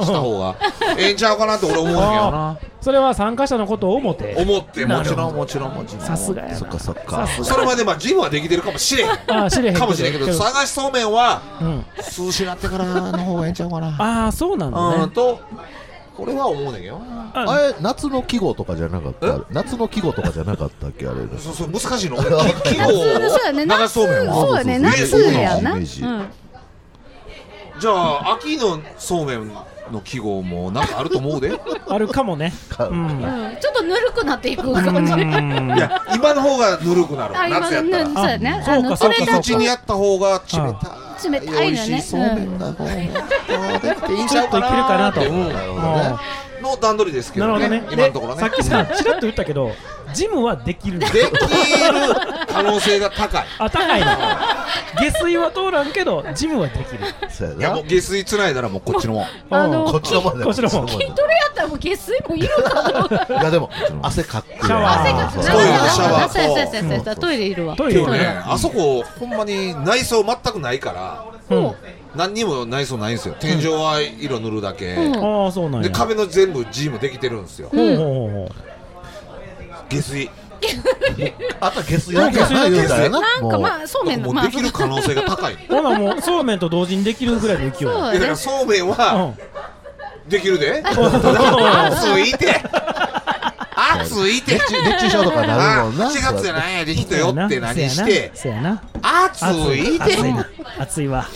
した方がええんちゃうかなって俺思うんやけどな。あーそれは参加者のことを思って思ってもちろんもちろんもちろんさすがやなそっかそっかさそれまでまあジムはできてるかもしれんあー知れへんかもしれんけど探しそうめんはうん涼しなってからの方がええんちゃうかなああそうなんだうんねとこれは思うねんけどなああれ夏の季語とかじゃなかった夏の季語とかじゃなかったっけあれそうそう難 しいの俺き季語をそうやね流夏しそうめんそうはやねそう夏そうやな、イうメージん、じゃあ秋のそうめんの季語もなんかあると思うでい あるかもねうんちょっとぬるくなっていく感じうんや今の方がぬるくなるあ今夏やったのらそうやねああのそそうかれそうかだうちにやった方が冷たい冷たいの美味ねしそうめんがこうできていいんちゃうかなーってちょっといけるかなとうんなるほどねあの段取りですーけなるどほどねね今のところでねさっきさちらっと言ったけどジムはできるで きる可能性が高い。あ高いな下水は通らんけどジムはできるそうやいやなもう下水つないだらもうこっちのもん。あのうんこっちのもんだよこっちのもんこっ筋トレやったらもう下水もいるかもいやでも汗かってシャワー汗かかくそうトイレのシャワーとそうそうそうそうトイレいるわトイレ今い日るねね、あそこほんまに内装全くないから、うん何にも内装ないんですよ。天井は色塗るだけ。うんああそうなんでや壁の全部ジムできてるんですよ。ほうほうほうほう下水。あとは下水だけやな言うたらななんかまあそうめんのもまうあできる可能性が高い。いほなもうそうめんと同時にできるぐらいの勢そいうやだからそうめんはできるで。ただ暑いて。暑いて熱。中熱中症とかなるもんなあ7月じゃないやできたよって何して。せやな暑い暑て。いな暑いわ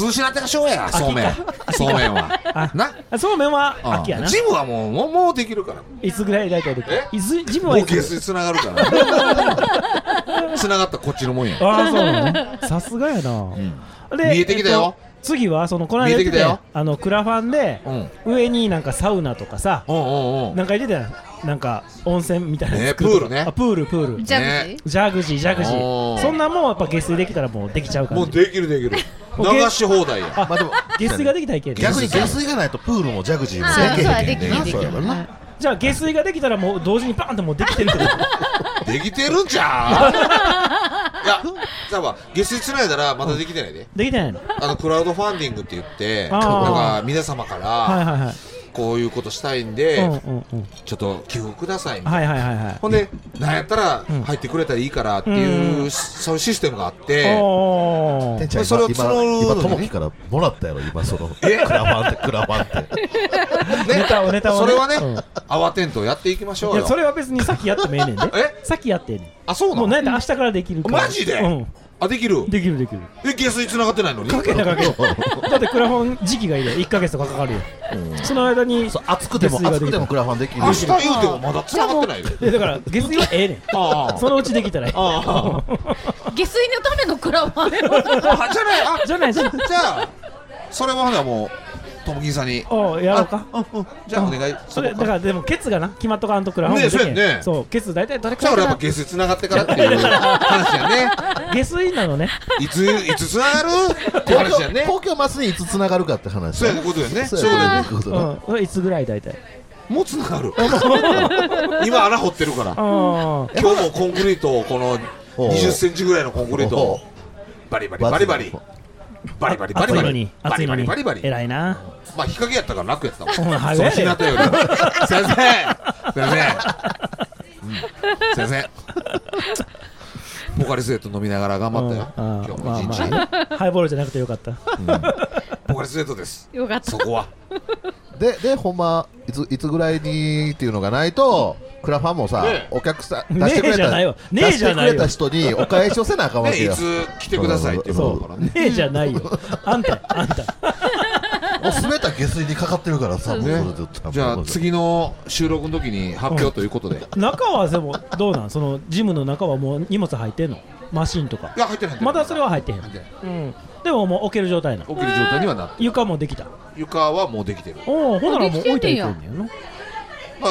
涼しなってかしょうやそうめん秋そうめんあはなあそうめんはうん秋やなジムはもうもうもうできるからいつぐらい大体できるいつジムはいもうつ下水つながるから つながったこっちのもんやああそうなのねさすがやなで見えてきたよえっと次はそのこの間見言えっててきたたよよあのクラファンでうん上になんかサウナとかさうんうんうんなんか入れてたやんなんか温泉みたいなやつね作るとかプールねあプールプールジャグジねージャグジージャグジおーーそんなもんはやっぱ下水できたらもうできちゃうからもうできるできる流し放題やあまあでも下水ができたらいける逆に下水がないとプールもジャグジーもああそうやででききへんねるんできそうやるもんなじゃあ下水ができたらもう同時にバーンってもうできてるけどできてるんちゃういや多分下水つないだらまだできてないでできてないのあのクラウドファンディングって言ってあなんーか皆様かはいらはいはいこういうことしたいんうんでうんうんちょっと寄付くださいみたいなはいはいはいはいほんで、なんやったらん入ってくれたらいいからっていう、うそういうシステムがあって、おてんーちゃんそれを今募るの今にともきからもらったやろ今そのクラファンってクラファンってねネタをネタをそれはね、うん慌てんとやっていきましょいうやよ。それは別に先やってもええねんでえ先やってええねあ、そうんもなうのなんやったら明日からできるからマジでうあ、できるんできるできるえ、下水繋がってないのにかけな かけなだってクラファン時期がいるよ1ヶ月とかかかるよその間にそう暑くても下水が暑くできてたもクラファンできる明日言うてもまだ繋がってないで。いやだから下水はええねんああそのうちできたらええあ下水のためのクラファンあ、あじゃない、あ、じゃないじゃないじゃあ、それはほなもう、ともきんさんに。おうやろうかあうんうんじゃあお願い。そそれれだからでもケツがな決まっとかんとクラファンもできへねんえそうやんねそうケツ大体どれくじゃあら俺やっいかなぱ下水繋がってからって いう話やね。下水なのねいつ、いつ繋がるって公話や共ね。公共マスにいつつながるかって話そうやね、ことやね。そうやねそういうことねうんいつぐらい大体もう繋がる今穴掘ってるからあ今日もコンクリートをこのおう20センチぐらいのコンクリートをバリバリバリバリバリバリバあリ熱いバのリにバ熱リいのバリにバリバリ偉いなまあ日陰やったから楽やったわそん早いの日向より は先生先生うん先生ポカリスエット飲みながら頑張ったようんあ今ー日も一日まあまあハイボールじゃなくてよかったポカリスエットですよかったそこはででほんまいついつぐらいにっていうのがないとクラファンもさ、ねえお客さんねえ出してくれじゃたないよね出えしじゃてくないよれた人にお返しをせなあかんわけねいよ、つ来てくださいっていうことだそからうねねえじゃないよあんたあんたもう滑った下水にかかってるからさ、もうそれでじゃあ次の収録の時に発表ということで、中はでもどうなんそのジムの中はもう荷物入ってんのマシンとかいや入ってない入ってないまだそれは入ってへんうん、でももう置ける状態な置ける状態にはなって床もできた床はもうできてるおおほんならもう置いていけんねでやなま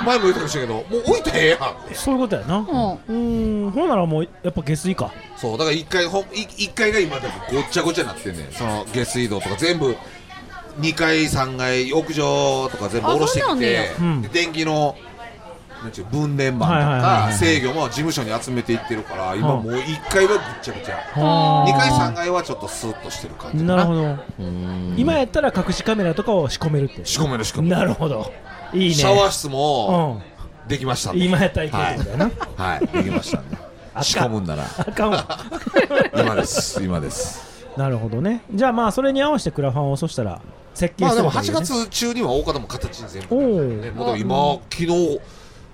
あ前も言ったかもしれんけどもう置いてええやんそういうことやなうんほんならもうやっぱ下水かそうだから一階ほんい一階が今だってごっちゃごちゃになってんねんその下水道とか全部二階三階屋上とか全部下ろしてあそんなんきてね、うんで電気のなんちゅう分電盤とはいはいはいかはい制御も事務所に集めていってるから今うんもう一階はぐっちゃぐちゃはあ二階三階はちょっとスーッとしてる感じなるほど今やったら隠しカメラとかを仕込めるって仕込める仕込めるなるほどいいねシャワー室もできましたね今やったらいけるんだよなはい、はい、できましたね仕込むんならあかんわ今です今ですなるほどねじゃあまあそれに合わせてクラファンをそしたら設計まあすでるもわ8け月中には大方も形に全部おおね、まだ今、昨日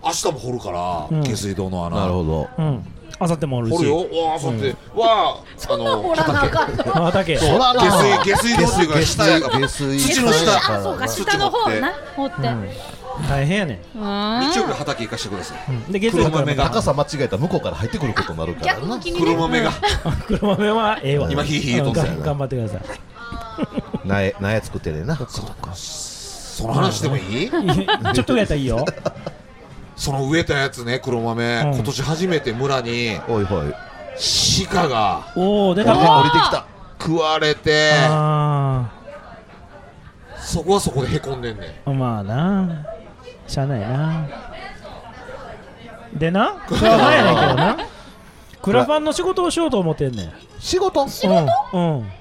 明日も掘るから、うん下水道の穴なるほどうんあさってもおるし掘るよわあそうって、わああのあ畑そう下水下水道っていうか下水下やから下水土の下あそうか下の方な掘って、うん大変やね日曜日畑行かしてください、で月曜黒日から豆が高さ間違えたら向こうから入ってくることになるから逆向きに、ね、黒豆が、黒豆はええわ今ヒーヒー言うとんねん頑張ってください苗苗作ってねえなその話でもいい ちょっとぐらいやったらいいよ その植えたやつね黒豆、うん今年初めて村においおい鹿がおお出た降りてかきた食われてあそこはそこでへこんでんねんーまあなしゃあないなで なクラファンやねんけどなクラファンの仕事をしようと思ってんねん仕事うんうん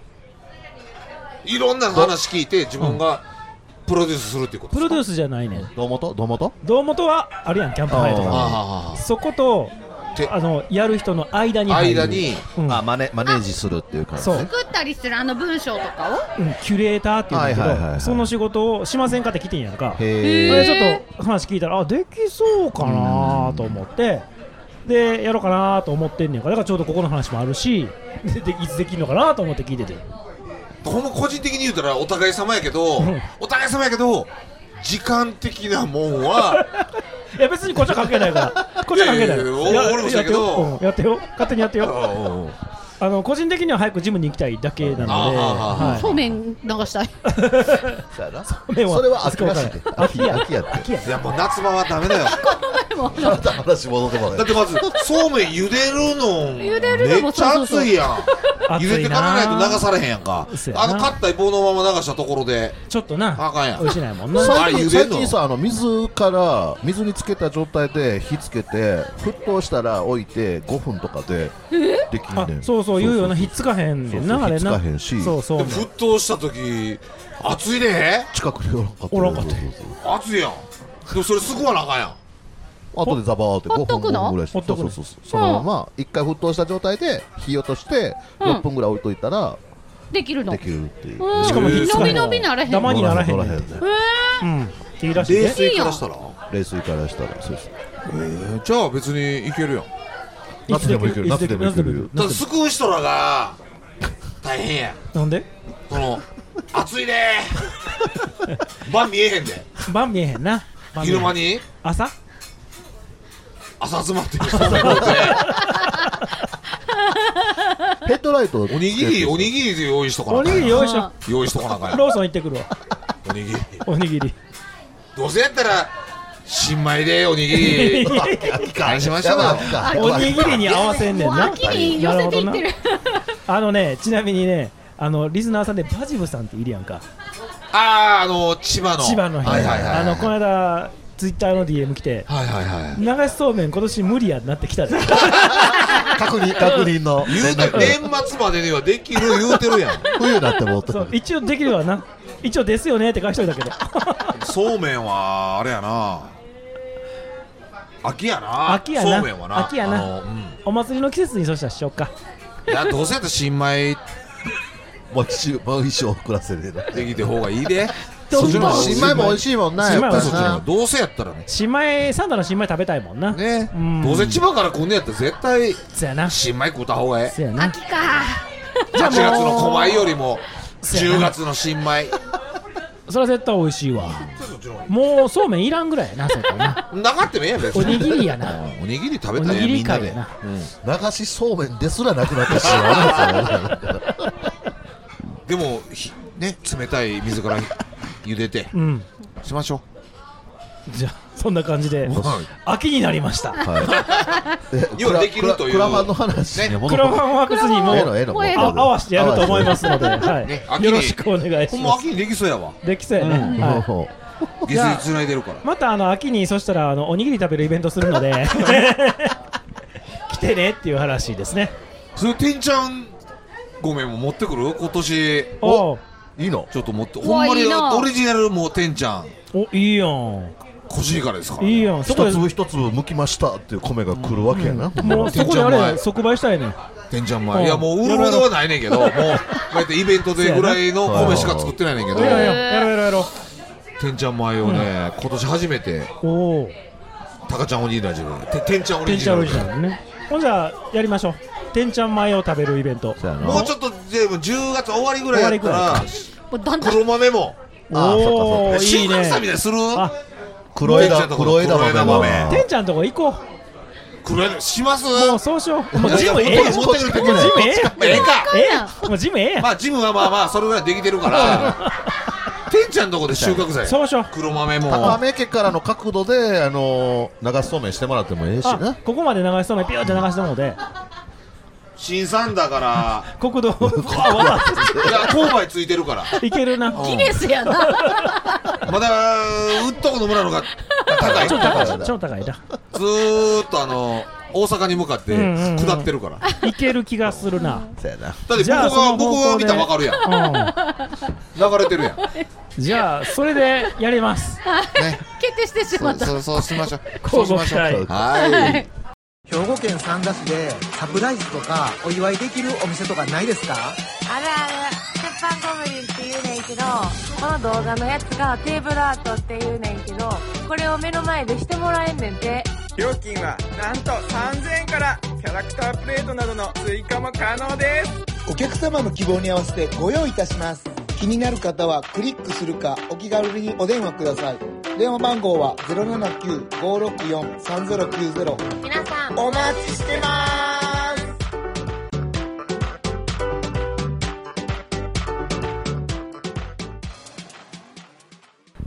いろんな話聞いて自分がプロデュースするっていうことプロデュースじゃないねんどうもとどうもと堂本はあるやんキャンプファイヤーとあかああそことてあのやる人の間にあ入る間にうんあマネマネージするっていう感じそうね作ったりするあの文章とかをうんキュレーターっていうんだけど、はいはいはいはいその仕事をしませんかって来てんやんかへでちょっと話聞いたらあできそうかなと思ってでやろうかなと思ってんねんからだからちょうどここの話もあるしででいつできんのかなと思って聞いててほんま個人的に言うたらお互い様やけど、うんお互い様やけど時間的なもんは いや別にこっちは関係ないからこっちは関係ないいやいやいや俺もそうやけやってよど、うんやってよ勝手にやってようんうんあの個人的には早くジムに行きたいだけなので、あーはーははいそうめん流 したいそうやなうめんはそれは秋らしいで秋や秋やって秋やいやもう夏場はダメだよまた話戻ってもらだってまずそうめん茹でるの茹でるのめもっちゃそうそうそう熱いやん暑いな茹でてからないと流されへんやんかそうやなあの買った棒のまま流したところでちょっとなあかんやん美味しないもんなそうあ最近茹でん最の近さあの水から水につけた状態で火つけて沸騰したら置いて5分とかでできんあねんそうそう言うよなひっつかへんねんなあそうそうひっれなつかへんしそうそうで沸騰した時熱いで近くにおらんかったおらんかったそうそう熱いやんでもそれすぐはなあかんやんそう後でザバーってほ5っと分く5の分ぐらいしてほっとくそのうそうそうそのまま一回沸騰した状態で火落としてうん6分ぐらい置いといたらできるのできるっていううんしかもひっつか伸へびん伸びならへんダマにならへんねんならへんねうんっていうらしい冷ね水からしたら冷水からしたらそうそうえじゃあ別にいけるやん夏でもいける夏でもいけるよただ救う人らが大変やなんでその暑い ね晩見えへんで晩見えへんな晩見えへ昼ん 間に朝朝集まってるヘッドライトおにぎりおにぎりで用意しとかなおあかんにやぎり用意しと用意しとかなあかんやローソン行ってくるわおにぎりおにぎりどうせやったら新米でおにぎり感じましたわおにぎりに合わせんねんもうな秋に寄せていってるあのねちなみにねあのリスナーさんでバジブさんっているやんかあああの千葉の千葉のはいはいはいあのこの間ツイッターの DM 来てはいはいはい流しそうめん今年無理やなって きたで確認確認の言うて年末までにはできる言うてるやん 冬になってもってそう一応できるわな一応ですよねって返しといたけど そうめんはあれやな秋やな秋やなそうめんはな秋やなあのうんお祭りの季節にそしたらしよっかいやどうせやったら新米もう一週もう一生遅らせてなできて方がいいで どそうぞっちの方が新米も美味しいもんな新米やっぱもそっ美味ちのしい方がなどうせやったらね姉妹サンダの新米食べたいもんなねうんどうせ千葉から来んねやったら絶対そやなそ新米食うた方がええやな秋か8月の小米よりもそうや10な月の新米それは絶対美味しいわもうそうめんいらんぐらいやなそれからななかってもええやん別におにぎりやなおにぎり食べたらええおにぎみりんなかいでな流しそうめんですらなくなってし まう でもひね冷たい水から茹でてうんしましょじゃあそんな感じはでい秋になりました、要はできるというクラファンの話に戻クるラファンワークスにもええのええのあ合わせてやると思いますので、合わせてはねい、秋によろしくお願いしほんまます秋にできそうやわできそうやね、うんはい下水つないでるからまたあの秋にそしたらあのおにぎり食べるイベントするので来てねっていう話ですねそれてんちゃんごめんも持ってくる今年おいいのちょっと持っておほんまいにいなオリジナルもうてんちゃんおいいやんコシヒカリですからいいやんそこ一で粒一粒剥きましたっていう米が来るわけやな、ほんまもうそこであ天れ井即売したいねんてんちゃん前うんいやもう売るほどはないねんけど もうこうやってイベントでぐらいの米しか作ってないねんけどやろうやろうやろうやろてんちゃん前をね今年初めてうおおタカちゃんオリジナルじゃ ないててんちゃんオてリんジちゃナんオルリジナルねほんじゃあやりましょうてんちゃん前を食べるイベントもうちょっとでも10月終わりぐらいやったら黒豆もあーおー収いいね穫祭みたいにするあ黒枝てんちゃんとこ黒枝豆てんちゃんとこ行こう黒枝しますもうそうしようもうジムええやん持もってうくジるてムんちゃんええええかええやん もうジムええやんまあジムはまあまあそれぐらいできてる からてんちゃんのとこで収穫祭そうしよう黒豆も高め家からの角度で、あのー流しそうめんしてもらってもええしあなここまで流しそうめんピューって流してもので新さんだから国道あわざといや 勾配ついてるからいけるなギネスやなまだウッドコの村のが高い超高い超高いなずーっとあの大阪に向かってうんうんうん下ってるからだっていける気がするな僕じゃあそがの方向僕が見たらで分かるやん流れてるやんじゃあそれでやります決定してしまったそうそうしましょう交互期待はい兵庫県三田市でサプライズとかお祝いできるお店とかないですかあれあれ、鉄板ゴブリンって言うねんけど、この動画のやつがテーブルアートって言うねんけど、これを目の前でしてもらえんねんて。料金はなんと3000円からキャラクタープレートなどの追加も可能ですお客様の希望に合わせてご用意いたします気になる方はクリックするかお気軽にお電話ください電話番号は079-564-3090皆さん、お待ちしてます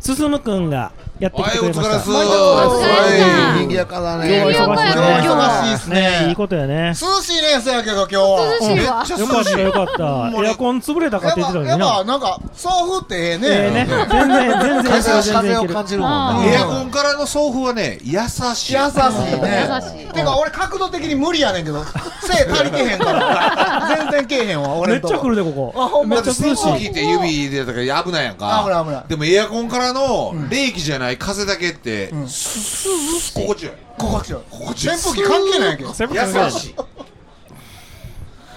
進むくんがやってきてくれましたはいお疲れっすはい賑やかだね今日は忙しいね今日は忙しいっすねいいことやね涼しいねせやけど今日はうんよかめっちゃ涼っしいたよかったエアコン潰れたかって言ってたのにななんか送風ってええねええね全然全然風を全然いけ風を感じるもんなエアコンからの送風はね優しい優しいねてか俺角度的に無理やねんけど背足りてへんから全然けえへんわめ俺っんとちゃ来るでこあこほんめまっちゃ涼し聞いいて指でとから危ないやんか危ない危ないでもエアコンからの冷気じゃない風だけって心地よい心地よ心地いよい扇風機関係ないやんけど扇風機関係ない優しい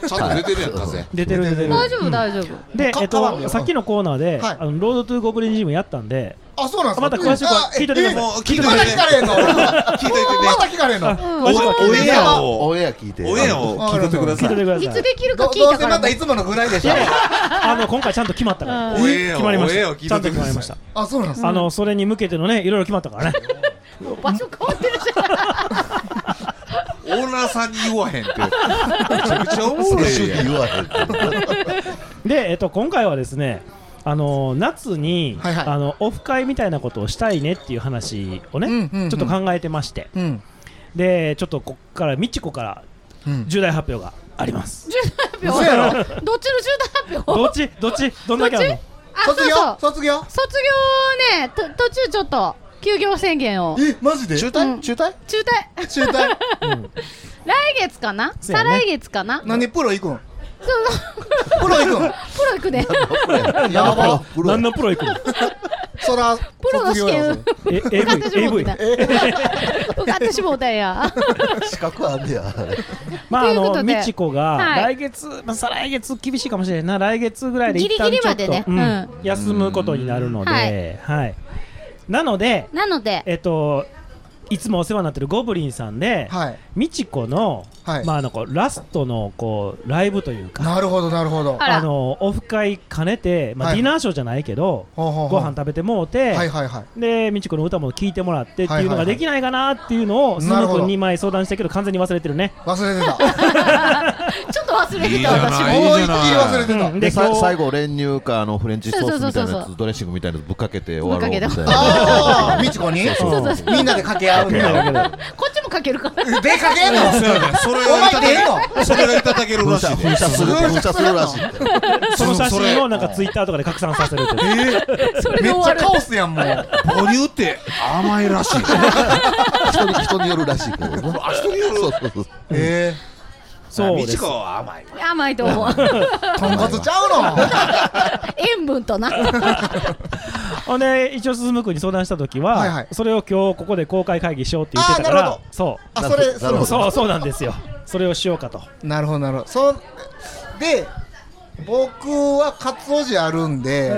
ちゃんと出てるやん風出てる出てる大丈夫大丈夫でかえっ絡むとよさっきのコーナーではいあのロードトゥーゴブリンジムやったんであそうなんすかまた詳しくは聞いといてくださいもう聞いといまてだね聞かれへんの俺聞いといてねまだ聞かれへんのおおエアをオンエア聞いておエアを聞いとってくだ聞いさといいてくだいさついできるかど聞いどうたせかまらたねいつものぐらいでしょあの今回ちゃんと決まったからおエア決をまりまおエアしをた聞いちゃとっんてくと決まだりさまいしたあそうなんすかあのそれに向けてのねいろいろ決まったからね場所変わってるじゃんオーナーさんに言わへんってめちゃくちゃおもろいやん言わへんでえっと今回はですねあの夏に、はいはいあのオフ会みたいなことをしたいねっていう話をね、うんうんうんちょっと考えてましてうんでちょっとこっからみちこからうん重大発表があります、嘘やろどっちの中途発どっ表ちどっちどんだけあるのあそう卒そう業卒業卒業ねと途中ちょっと休業宣言をえマジで中退中退中退中 退来月かなそうや再ね来月かな何プロ行くんそうそうプロ行くプんロ行くねやば何のプロ行くのそらプロの試験卒業え受かっ AV てしもう AV た受かってしもうたんややぞ資格あんねや まああというこのとでみちこがは来月、まあ再来月厳しいかもしれないな来月ぐらいでギリ一旦ギリちょっまとでねうんうん休むことになるので、ははい、なのでなのでえっといつもお世話になってるゴブリンさんで、美智子の、まああのこうラストのこうライブというか、なるほどなるほどあのオフ会兼ねて、まあはいディナーショーじゃないけど、ほうご飯食べてもうて、はいはいはで美智子の歌も聴いてもらってっていうのはいはいはがいできないかなっていうのを、すなるのほど君に前相談したけど完全に忘れてるね。忘れてた。ちょっと忘れてたいいじゃ私ないもいいじゃない思いっきり忘れてたうんででさ今日最後練乳かあのフレンチソースみたいなそうそうやそうそつドレッシングみたいなやつぶっかけて終ぶっわろかうみけたていあなーみちこにそうそうそうみんなで掛け合うんだ掛け合うこっちもかけるからでかけんのそうやねそれがお前出んのそれがいただけるらしい噴射する噴射するらしいその写真をなんかツイッターとかで拡散させるという。それで終わるめっちゃカオスやんもう母乳って甘いらしい人に人によるらしいけどねあ人によるそうそうそうえそうです美智子は甘い甘いと思う とんかつちゃうの 塩分となほんで一応進君に相談した時は、それを今日ここで公開会議しようって言ってたかあーならるほどそうあそれなるほどそうそうなんですよそれをしようかとなるほどなるほどそんで僕はカツオジあるんで、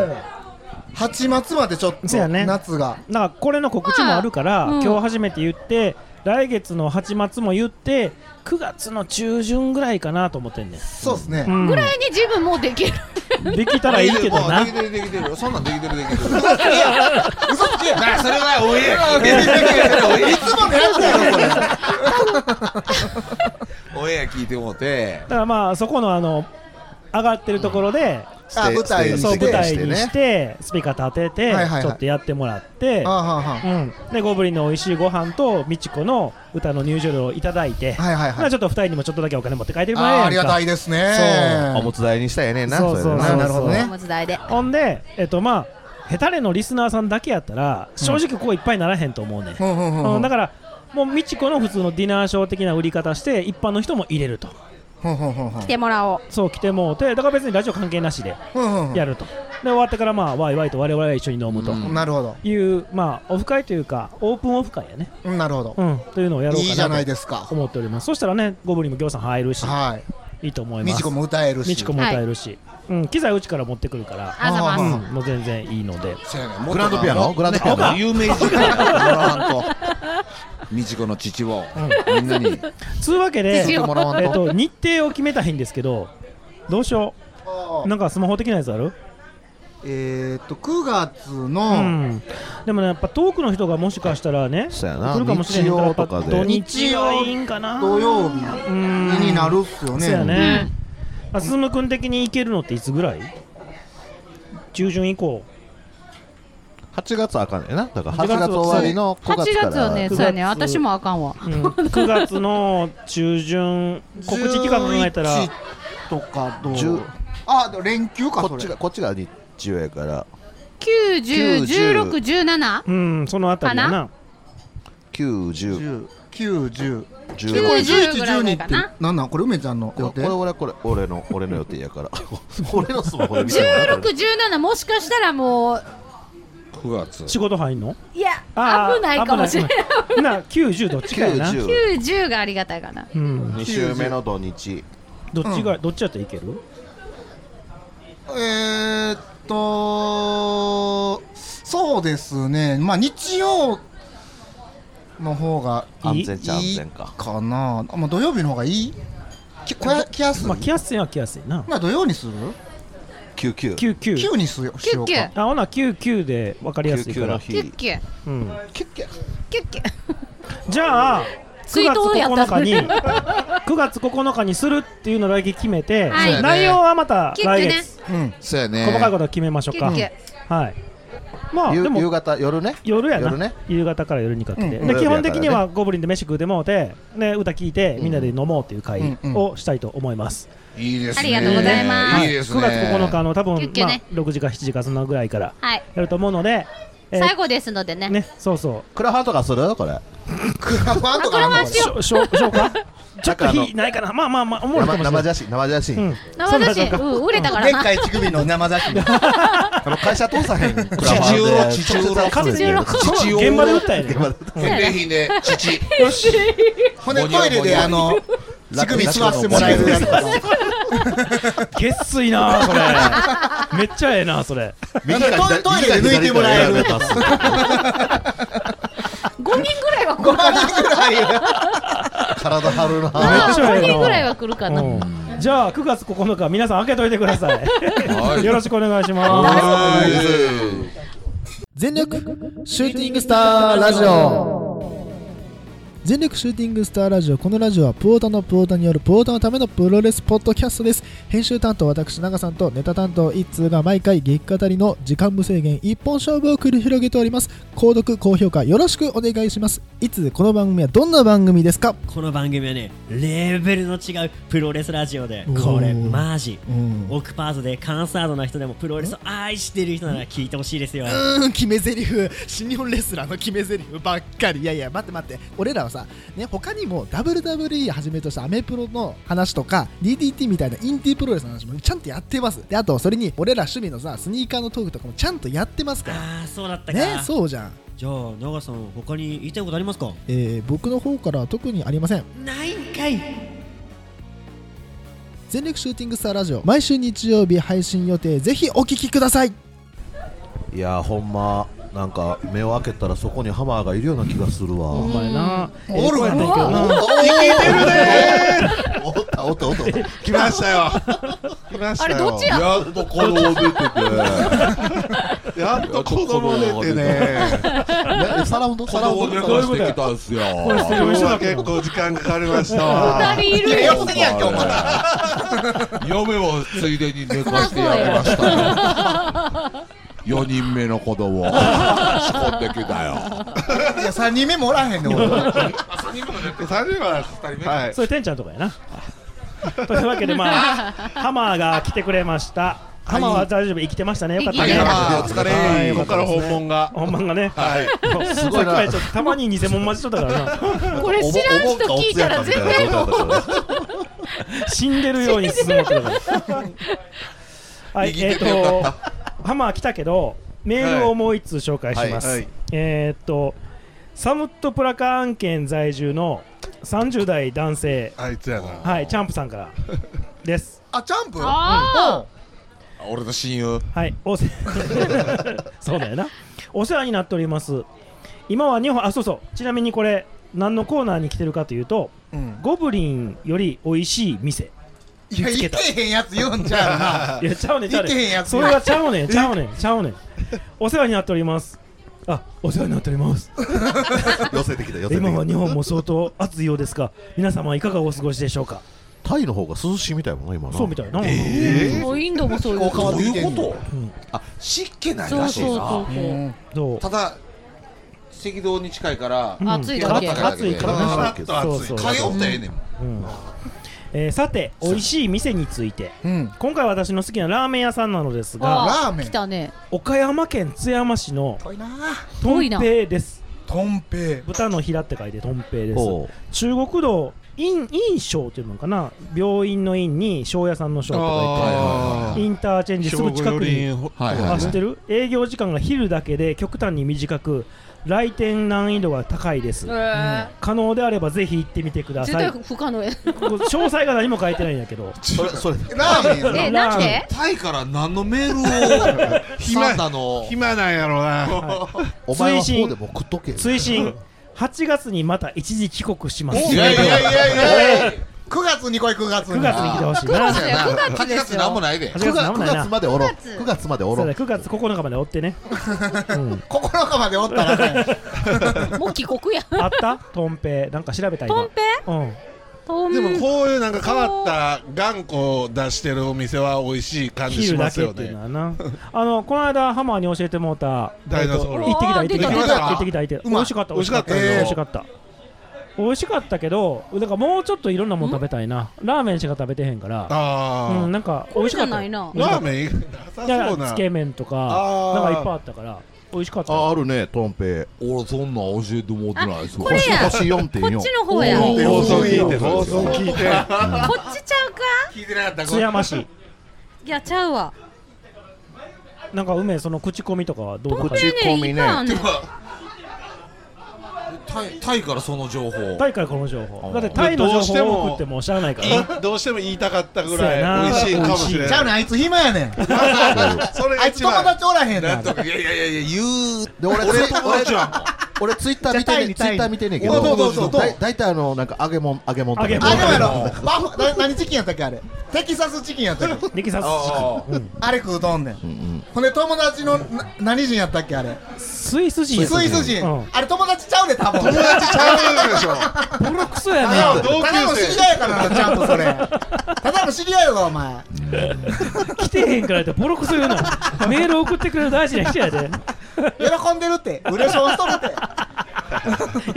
八月までちょっと夏が、なんかこれの告知もあるから、まあうん今日初めて言って来月の8月も言って9月の中旬ぐらいかなと思ってんねそうですねぐらいに自分もうできるできたらいいけどでなきてるできてるそんなんできてるできてる嘘つけなあそれはおえいつものやつやろこれオンエア聞いてもうてだからまあそこのあの上がってるところで、あステ舞台にしてそう舞台にししててスピーカー立てて、はいはいはいちょっとやってもらってあははうん、でゴブリンの美味しいご飯とみちこの歌の入場料をいただいて、はいはいはいまあちょっと二人にもちょっとだけお金持って帰ってもあーらえやんかありがたいですねおもつ代にしたやねんなそうそうそうれでなお手伝いでほんでえっとまあヘタレのリスナーさんだけやったら正直ここいっぱいならへんと思うね、うんうんうんうんうんだからもうみちこの普通のディナーショー的な売り方して一般の人も入れるとほんほんほんほん来てもらおうそう来てもうてだから別にラジオ関係なしでやると、で終わってからまあワイワイと我々は一緒に飲むと、なるほどいうまあオフ会というかオープンオフ会やねうんなるほど、うんというのをやろうかないいじゃないですか思っておりますそしたらねゴブリンも行さん入るし、い、いと思いますみちこも歌えるしみちこも歌えるし、うん、機材うちから持ってくるからありがとうございますうんもう全然いいのでグランドピアノグランドピアノ有名人美智子の父をみんなにつうわけで、え父をっと、日程を決めたいんですけどどうしようなんかスマホ的なやつあるえー、っと9月うの、ん、でもねやっぱ遠くの人がもしかしたらねそうやな来るかもしれへんから日曜とかでやっぱ土日はいいんかな土曜日になるっすよねそうやね、あすむくん的に行けるのっていつぐらい中旬以降8月あかんねんなだから8 8月月終わりの9 8月から月はねそうやね私もあかんわうん、9月の中旬告知期間考えたら11とかど10あ連休かこっちがこっちが日曜やから9 0 1 6 1 7うんそのあたりやなか9 1 9 10 10でこれ11、ぐらい12かっなてなんなんこれ梅ちゃんの予こ定れ俺これ俺の俺の予定やから 俺のスマホで見たからこれ1617もしかしたらもう9月仕事入んのいやあー危ないかもしれない危ないな90どっちかやな90 90がありがたいかなうん2週目の土日どっちが、どっちやったらいけるえー、っとそうですねまあ日曜の方がいい安全ちゃ安全かかなあまあ土曜日の方がいいきこや来やすいまあ来やすいは来やすいなまあ土曜にする99 99 9にすよしようかあほな99で分かりやすいか99のら日キュッうん、キュッキュッキュッキュッじゃあ9水月筒やった9日に ね9月9日にするっていうのだけ決めて、はいそうやね内容はまたキュッキ来ュね月、うんそうやね細かいことは決めましょうかキュッはいまあ夕でも夕方夜ね夜やな夜ね夕方から夜にかけうて、んで夜基やから本ね的にはゴブリンで飯食うてもうて、ね、歌聴いてみんなで飲もうっていう会うんをしたいと思います、いいですねありがとうございますいいですね9月9日あの多分、キュッキュねまあ、6時か7時かそんなぐらいからはいやると思うので、えー最後ですのでねねそうそうクラファンとかするこれこあれはしようしょしょうかちょっとなんかあの火ないかなまあまあまあ思うかもし生生れない写真生写真生写真うん売れたからなでっかい乳首の生写真あの会社 通さへんクラファ父ン親で父親直接集めてる父親現場で打ったやね現場で返礼品で父よしほんでトイレであの乳首吸わせてもらえるやつとかげっすいなあそれめっちゃええなあそれなんかトイトイレで抜いてもらえる右か左か選べます5人ぐらいはこ5人ぐらい体張るな面白いな5人ぐらいは来るかなうんじゃあ9月9日皆さん開けといてくださいよろしくお願いしまはす全力シューティングスターラジオ全力シューティングスターラジオこのラジオはプオータのプオータによるプオータのためのプロレスポッドキャストです編集担当私長さんとネタ担当一通が毎回激語りの時間無制限一本勝負を繰り広げております購読高評価よろしくお願いしますいつこの番組はどんな番組ですかこの番組はねレベルの違うプロレスラジオでうんこれマジ、うんオクパートでカンサードな人でもプロレスを愛してる人なら聞いてほしいですよ、うーん決め台詞新日本レスラーの決め台詞ばっかりいやいや待って待って俺らはさ、ね、他にも WWE はじめとしたアメプロの話とか DDT みたいなインディープロレスの話もちゃんとやってますであとそれに俺ら趣味のさスニーカーのトークとかもちゃんとやってますからあそうだったかねそうじゃん、じゃあ長さん他に言いたいことありますかえー僕の方からは特にありませんないんかい全力シューティングスターラジオ毎週日曜日配信予定ぜひお聞きくださいいやほんまなんか目を開けたらそこにハマーがいるような気がするわほんまやなおるわええ子やったんやけどおなったおったおったおった 来ましたよ来ましたよやっと子供出ててやっと子供出てねえサラウンド子供出かしてきたんすよこれ今日は結構時間かかりましたわ二人いるよほんまね嫁もついでに寝かしてやりましたよ4人目の子供仕込んできたよ いや3人目もおらへん ねん俺3人は2人目はいそれてんちゃんとかやなというわけでま あハマーが来てくれましたハマーは大丈夫生きてましたねよかったね生きてましたお疲れはいよたですねこっから本物が本物がね はいすごいなたまに偽物混じっとったからなこれ知らん人聞いたら絶対もう死んでるように進むってこと はい、生えきっ、ててよとか、ハマー来たけど、メールをもう一通紹介します。はいはいえっ、と、サムットプラカ案件在住の30代男性、あいつやなはい、チャンプさんからです。あチャンプあ俺の親友はい、お世そうだよな。お世話になっております。今は日本、あ、そうそう、ちなみにこれ、何のコーナーに来てるかというと、ゴブリンより美味しい店。いやいけへんやつ言うんち ゃうないやちゃうねんちゃういけへんねやんつそれはちゃうねんちゃうねんちゃうねんお世話になっておりますあお世話になっております寄せてきた寄せてきた今は日本も相当暑いようですが皆様いかがお過ごしでしょうかタイの方が涼しいみたいもんな今なそうみたいな、もうインドもそういうどういうことあ湿気ないらしいなどうただ赤道に近いからうん暑いだけ暑いからねカラッと暑そいうそう影おったらええねんうんえーさて美味しい店について、今回私の好きなラーメン屋さんなのですがあ来たね岡山県津山市の遠いなと遠んいなぺいですとんぺい豚の平って書いてとんぺいでほす中国道院院商っていうのかな病院の院に庄屋さんの商って書あいてーインターチェンジすぐ近くに兵庫よりはいはいはいあ知ってる営業時間が昼だけで極端に短く来店難易度が高いです、へーうん可能であればぜひ行ってみてくだ絶さい対こ不可能やこ詳細が何も書いてないんだけどそれそれラーメンえなんでラーメンタイから何のメールを暇暇だの 暇なんやろなお前は追伸こうでも食っとけ推進8月にまた一時帰国しますいやいやいやいやえ9月に来い9月に9月に来てほしいな9月ですよなん8月なんもないなまでおろう9月までおろそううだ9月9日まで 追ってね9日までおったらね もう帰国やあったとんぺいなんか調べた今とんぺいうんとんでもこういうなんか変わった頑固を出してるお店は美味しい感じし昼まだすけよっていうねのはなあのこの間ハマーに教えてもうたダイナソールえっと行ってきた行ってきたあー出た行ってきた行ってきたうまい美味しかった美味しかった美よ味しかった美味しかったけどだからもうちょっといろんなもの食べたいなラーメンしか食べてへんからあーうんなんか美味しかったこれじゃないなラーメンいだなかさそらうなつけ麺とかあなーんかいっぱいあったから美味しかったああるねトンペ俺そんなん教えてもうてないですあこれや星星4.4こっちの方や放送聞いて放送聞こっいてちちゃうか聞いてなかった津山市いやちゃうわなんか梅その口コミとかはどうだっとたんぺいね口コミねいたわねてかタイタイからその情報タイからこの情報だってタイの情報を送ってもしゃあないからいどうしても言いたかったぐらそうやない美味しいかもしれちゃうねんないあいつ暇やねんそれあいつ友達おらへんねんいやいやいや言うで俺俺友達やん俺ツイッター見てじゃあタイねにツイッター見てんねんけタイにどおどうぞどうぞだい大体あのなんか揚げもん揚げもんとかあ、でもやろ、バフ、な何チキンやったっけ、あれ。テキサスチキンやったっけ。テキサスチキンうんあれ食うとんねん。うんほんで、友達の、な何人やったっけ、あれ。スイス人やったスねイス人うん。あれ、友達ちゃうで、多分。友達ちゃうでしょょ。 ボロクソやただなのただの知り合いやからな、ちゃんとそれ。ただの知り合いやぞ、お前。来てへんからってボロクソ言うのメール送ってくれる大事な人やで喜んでるって、嬉しそうしとるって。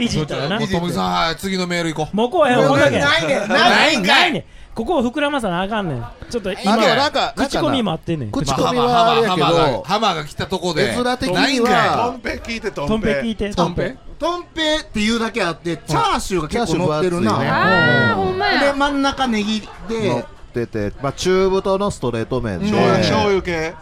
いじったらなもうトムさんはい次のメール行こうもうこうへんわこうへんないねんなないいねんんかいないねんここを膨らまさなあかんねんちょっと今あでもなんか口コミもあってんねん口コミはあれやけどハマーが来たとこで絵面的ないにんかいはトンペ聞いてトンペ聞いてトンペトンペっていうだけあって、チャーシューが結構乗ってるな。チャーシュー分厚いねあーほんまや。で、真ん中ネギ乗でっ、ててまあ中太のストレート麺で醤油醤油系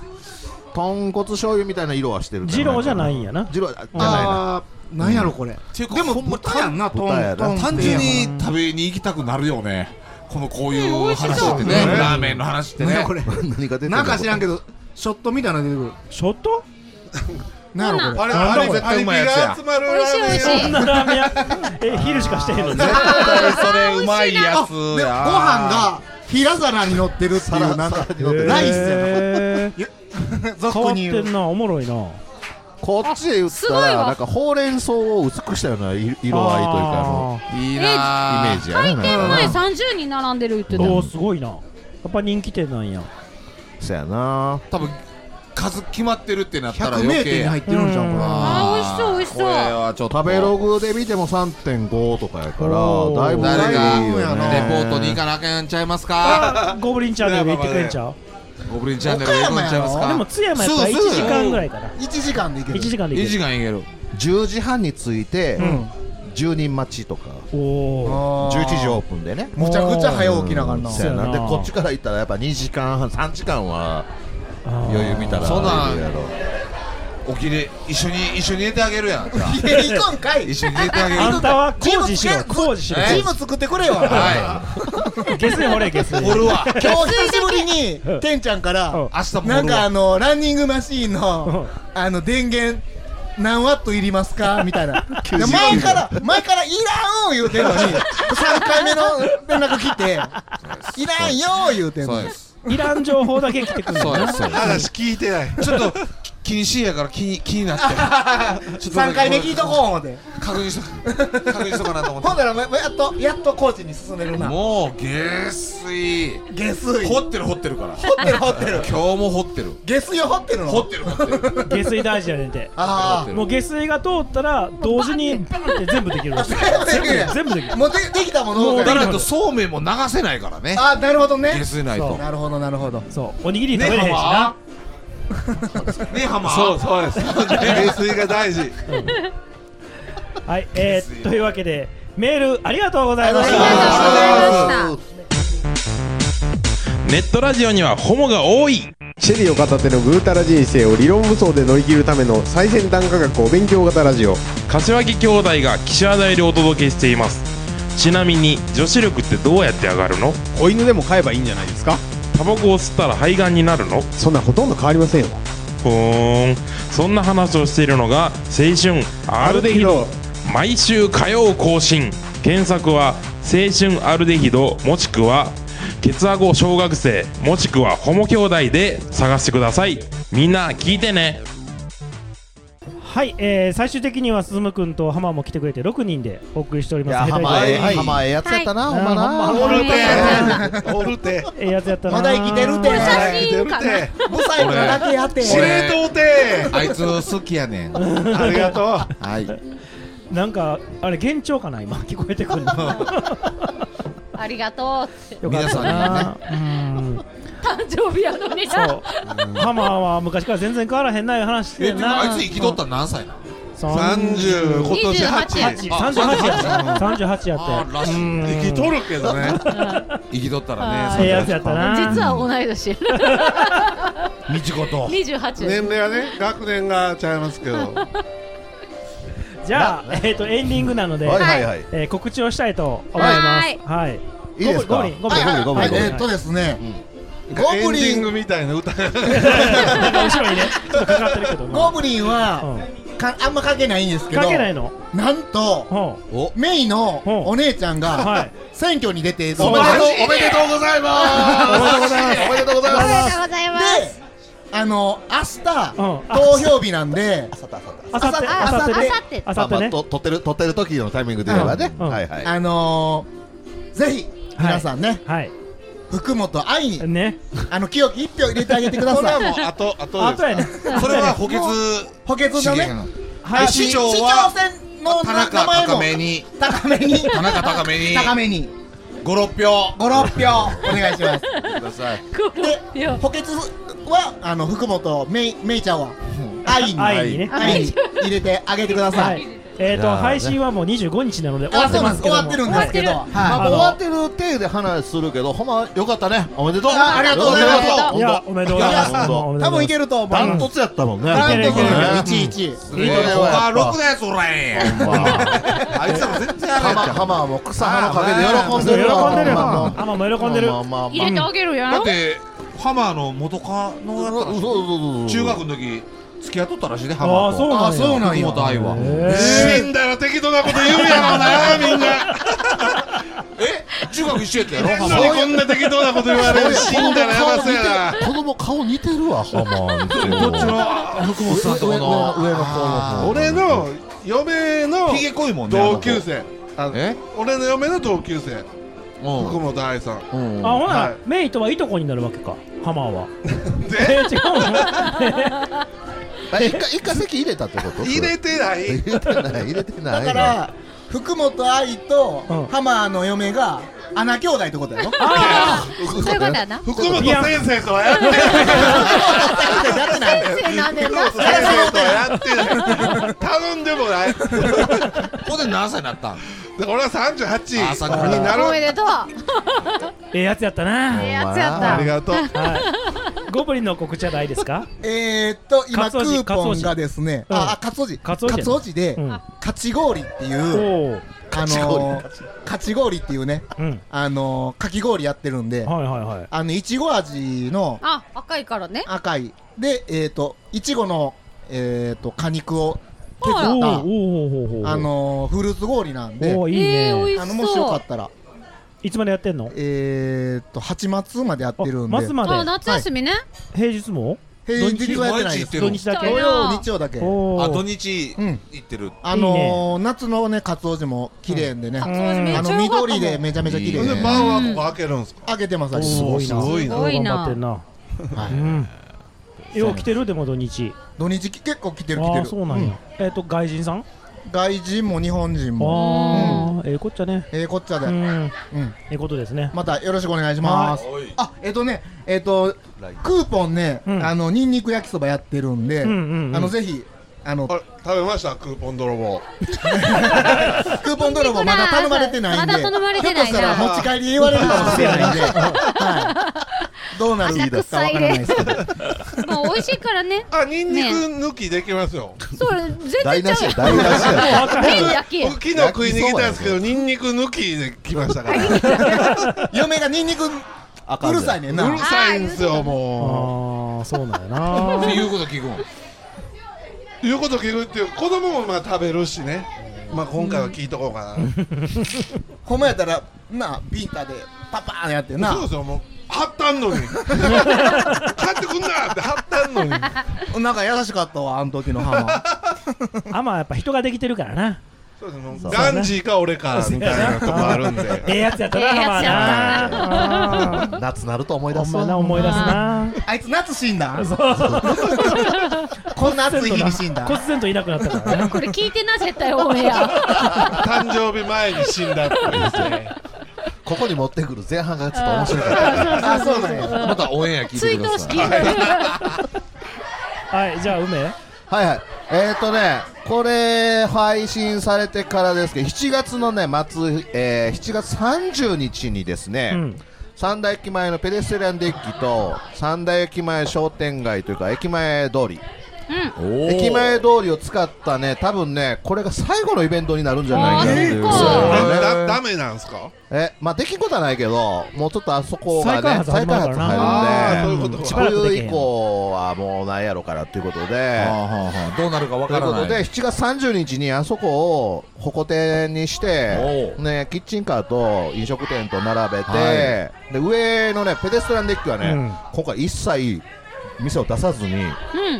豚骨醤油みたいな色はしてる二郎じゃないんやな二郎じゃないあなーなんやろこれていうかでも豚やんなトン豚やなトン単純に食べに行きたくなるよねこのこういう話ってねうんラーメンの話って何ねこれ何が出てなんか知らんけど、ショットみたいなの出てくる。ショットなんやろこれ。あれあれ絶対うまいやつやまる美味しい美味しいそんなラーメン屋え昼しかしてへんの絶対それうまいやあでつご飯やが平皿に乗ってるっていうなんかライスへやな 変俗わっにて言うんなおもろいなこっちで言ったすごいらわなんかほうれん草を薄くしたような色合いというかあのいいなイメージやね開店前なんかな30人並んでるって言おっおてすごいなやっぱ人気店なんやそやな多分数決まってるってなったら100名余店計に入ってるんちゃうかなああー美味しそう美味しそうこれはちょっと食べログで見ても3.5とかやからだいぶ誰が高いレポよねートに行かなあかんちゃいますかゴブリンチャンネルで行ってくれんちゃうゴブリンチャンネルで行くんちゃいますかでも津山やったら1時間ぐらいかな1時間でいける1時間でいける間いける10時半に着いて、うん10人待ちとかおー11時オープンでねむちゃくちゃ早起きながらなうんそうやなそうでやなこっちから行ったらやっぱ2時間半3時間は余裕見たらそんなんいるやろ起きれ一緒に一緒に寝てあげるやんいや行こんかい一緒に寝てあげるあんたは工事しろ工事しろえチーム作ってくれよはゲスに掘れゲスに掘るわ今日久しぶりに てんちゃんから明日もなんかあのランニングマシーンのあの電源何ワットいりますかみたい な90で前から前からいらん言うてんのに3回目の連絡来ていらんよ言うてんのにいらん情報だけ来てくるのそうなですそうです話聞いてないちょっと 気にしいやから気に気になって ちょっ3回目聞いとこう思って確認しと確認しとかなと思っ てほんならまやっとやっとコーチに進めるなもう下水下水掘ってる掘ってるから掘ってる掘ってる今日も掘ってる下水を掘ってるの掘ってる掘ってる下水大事やねんてあーもう下水が通ったら同時にバンって全部できるらしい全部できる全部できるもうでできたものもうだがからそうめんも流せないからねあなるほどね下水ないとそうなるほどなるほどそうおにぎり食べれへんしねなハねハマそうそうです下水が大事はいえー、というわけでメールありがとうございましたネットラジオにはホモが多いシェリーを片手のぐうたら人生を理論武装で乗り切るための最先端科学お勉強型ラジオ柏木兄弟が岸和田よりお届けしていますちなみに女子力ってどうやって上がるの子犬でも飼えばいいんじゃないですかタバコを吸ったら肺がんになるのそんなほとんど変わりませんよふーんそんな話をしているのが青春アルデヒド毎週火曜更新検索は青春アルデヒドもしくはケツアゴ小学生もしくはホモ兄弟で探してくださいみんな聞いてねはい、えー、最終的にはすずむくんとハマも来てくれて6人でお送りしておりまいすやヘタレハマええはいハマええやつやったなほんまなはいおるてハマおるてええやつやったなまだ生きてるてまだ生きてるて5歳のだけやってあいつ好きやねんありがとうはいなんかあれ幻聴かな今 聞こえてくるの ありがとうってよかったなうん誕生日やのにそうハマは昔から全然変わらへんない話しえてでんもなあいつ生きとったの何歳なの30 30今年28 8三十八や三十八やあってらしい生きとるけどね生きとったらねええやつやったな実は同い年みちこと28年齢はね学年がちゃいますけど じゃあ、えっ、と、エンディングなので、はいはいはいえー告知をしたいと思います。はい。はい。いいですかゴブリン、ゴブリン、はいはいゴブリン、ゴブリン。えーっとですね、エンディングみたいな歌後ろにね、ちょっとかかってるけどゴブリンは、かあんま関係ないんですけど関係ないのなんとメイのお姉ちゃんはがい選挙に出ておめでとうおめでとうございますおめでとうございますおめでとうございますであの明日投票日なんであさってあさってねあさってねと撮ってる撮ってる時のタイミングで言えばね、はいはいあのー、ぜひ皆さんね、はい福本愛に、ね、あの清き一票入れてあげてください。それはもう後後ですか後やねそれは補欠もう 補欠のね資源。はい、市市長長は選の田中名前も高めに高めに田中高めに高めに五六票五六票お願いします。くださいで補欠はあの福本めいめいちゃんは愛に愛にね愛に入れてあげてください。えっ、と、配信はもう25日なので終あわってそうなまんですすけ終どわもってるんですけど、終わってるまあ、終わあってる程度で話するけどほんまよかったねおめでとうあありがとうございますおめでといやおめでとうございますやおめでとうございます多分いけると思うダントツやったもんねダントツねいちいちすげえ他ろくなやつおらへんやんほんまあいつらも全然ハマハマはもう草葉の陰で喜んでるわ喜んでるよほまハマも喜んでるまあまあまあまあるやんだってハマーの元カノだったらしい中学の時付き合っとったらしいねハマーとあそうなんや福本愛は死んだら適当なこと言うやろなみん な中学一緒やったやろ変なのにこんな適当なこと言われる死んだらやばそうやな子供顔似てるわハマどっちの福本さんとこの上の子の方俺の嫁のひげ濃いもんね同級生あのえ俺の嫁の同級生福本愛さんあ、ほな、はいメイとはいとこになるわけか、ハマーは。え違うのえ一回一回席入れたってこと入れてない入 れてない入れてないだから福本愛と浜の嫁が穴兄弟ってことやろあそういうことやな福本先生とはやってない生なんでなやってない頼んでもないここで何歳になったんだから俺は38あそっかになおめるでとう。ええやつやったな。ええやつやったありがとうはい。ゴブリンの告知はないですか。えーっと今クカツオジーポンがですねカツオジああカツオジカカツオジやねツオジでうんかち氷っていうあのーかち氷っていうねうんあのーかき氷やってるんではいはいはいあのいちご味のあ、赤いからね。赤いでえーっといちごのえーっと果肉を削あらったあおのーフルーツ氷なんでおーいいねえー美味しそうあのもしよかったらいつまでやってんのえーっと8月までやってるんであ末まであ、夏休みね。平日も。平日はやってないです土日だけ。土曜日曜だけおーあ土日行ってるあいいのーね夏のね、カツオジも綺麗でね、うんカツオジめっちあゃ良かったのもん緑でめちゃめちゃ綺麗ほんで晩はここ開けるんすか開けてます、開けてますおーすごいなすごいな頑張ってんな。うん。よう来てるでも土日。土日結構来てる来てあーる。そうなんや。えっと外人さん。外人も日本人も。ああ、ええこっちゃね。ええこっちゃで。うん。ええことですね。またよろしくお願いしますは。あ、えっとね、えっと、クーポンね、あの、ニンニク焼きそばやってるんで、あうんうんうんの、ぜひ、あの、食べましたクーポン泥 棒クーポン泥棒まだ頼まれてないんで、まだ頼まれてないなひょっとしたら持ち帰りで言われるかもしれないんで、はいどうなるかわからないですけど。まあ、美味しいからね。あ、ニンニクね。抜きできますよそう、全然ちゃうやん。台無しや台無しや麺だけやん。昨日食いに来たんですけどニンニク抜きで来ましたから 嫁がニンニクうるさいねんなうるさいんですよもうああ、そうなんやあな。ーこと聞くん言うこと聞くっていう子供もまあ食べるしねまあ今回は聞いとこうかほんまやったら、なあ、ビータでパパーンやってな。そうですよ、もう。貼ったん のに。帰ってくんなって貼ったんのに。なんか優しかったわ、あの時のハマ。 あまあやっぱ人ができてるからな。なガンジーか俺かみたいなとこあるんで ええやつやったな、ハマ ーな。あー夏なると思い出すほんまな思い出すな。あいつ夏死んだ。 こんな暑い日に死んだこつぜんといなくなったからね。これ聞いてな、絶対オンエア。誕生日前に死んだってここに持ってくる前半がちょっと面白いあそうなんやまたオンエア聞いてください追悼式 はいじゃあ梅はいはいえっ、ー、とねこれ配信されてからですけど7月のね末、えー7月30日にですね、三田駅前のペデステリアンデッキと三田駅前商店街というか駅前通り駅前通りを使ったね多分ねこれが最後のイベントになるんじゃないかっていうあーそうかねだダメなんすかえまあできんことはないけどもうちょっとあそこ再がね開発始まるからな再開発あーそういう入るこんとでか冬以降はもうないやろからっていうことでどうなるかわといかうこらとないで7月30日にあそこをホコ店にして、ね、キッチンカーと飲食店と並べて、はで上の、ね、ペデストランデッキはね、うん今回一切店を出さずに、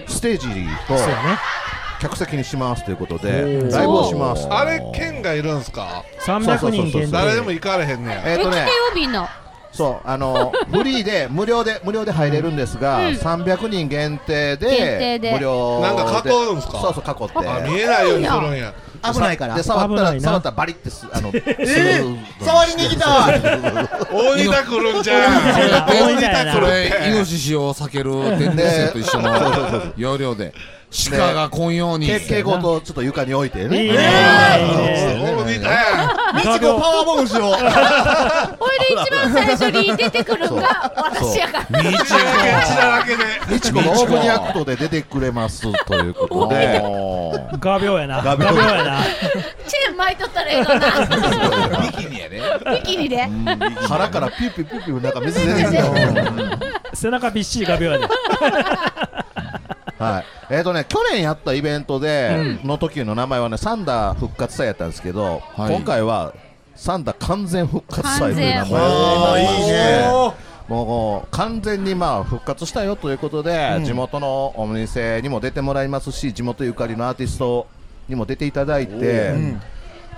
ステージとそうね客席にしますということおでーライブをしますあれ県がいるんすか300人限そ定うそうそうそう誰でも行かれへんねやえーとねみんなそうあ のフリーで無料で無料で入れるんですが、うん300人限定で限定で無料なんか囲うんすかそうそう囲ってあ見えないようにするんや危ないからで触ったら触ったらバリってす あのえ触りに来た大仁田来るんじゃん大仁田田やなこ れイノシシを避ける天然生と一緒のそうそうそう要領で鹿がこんようにけ蛍光灯をちょっと床に置いてねいいねそうねみちこパワーボム しようほいで一番最初に出てくるのが私やからみちみちこがオープニングアクトで出てくれますということで画鋲やな画鋲やなチェーン巻いとったらええかなビキニで腹からピュピュピュピュなんか水出てきた背中びっしり画鋲やで はい、えーとね去年やったイベントで、の時の名前はねサンダー復活祭やったんですけど、い今回はサンダー完全復活祭という名前で完全いいおねーもう完全にまあ復活したよということで、地元のお店にも出てもらいますし地元ゆかりのアーティストにも出ていただいて、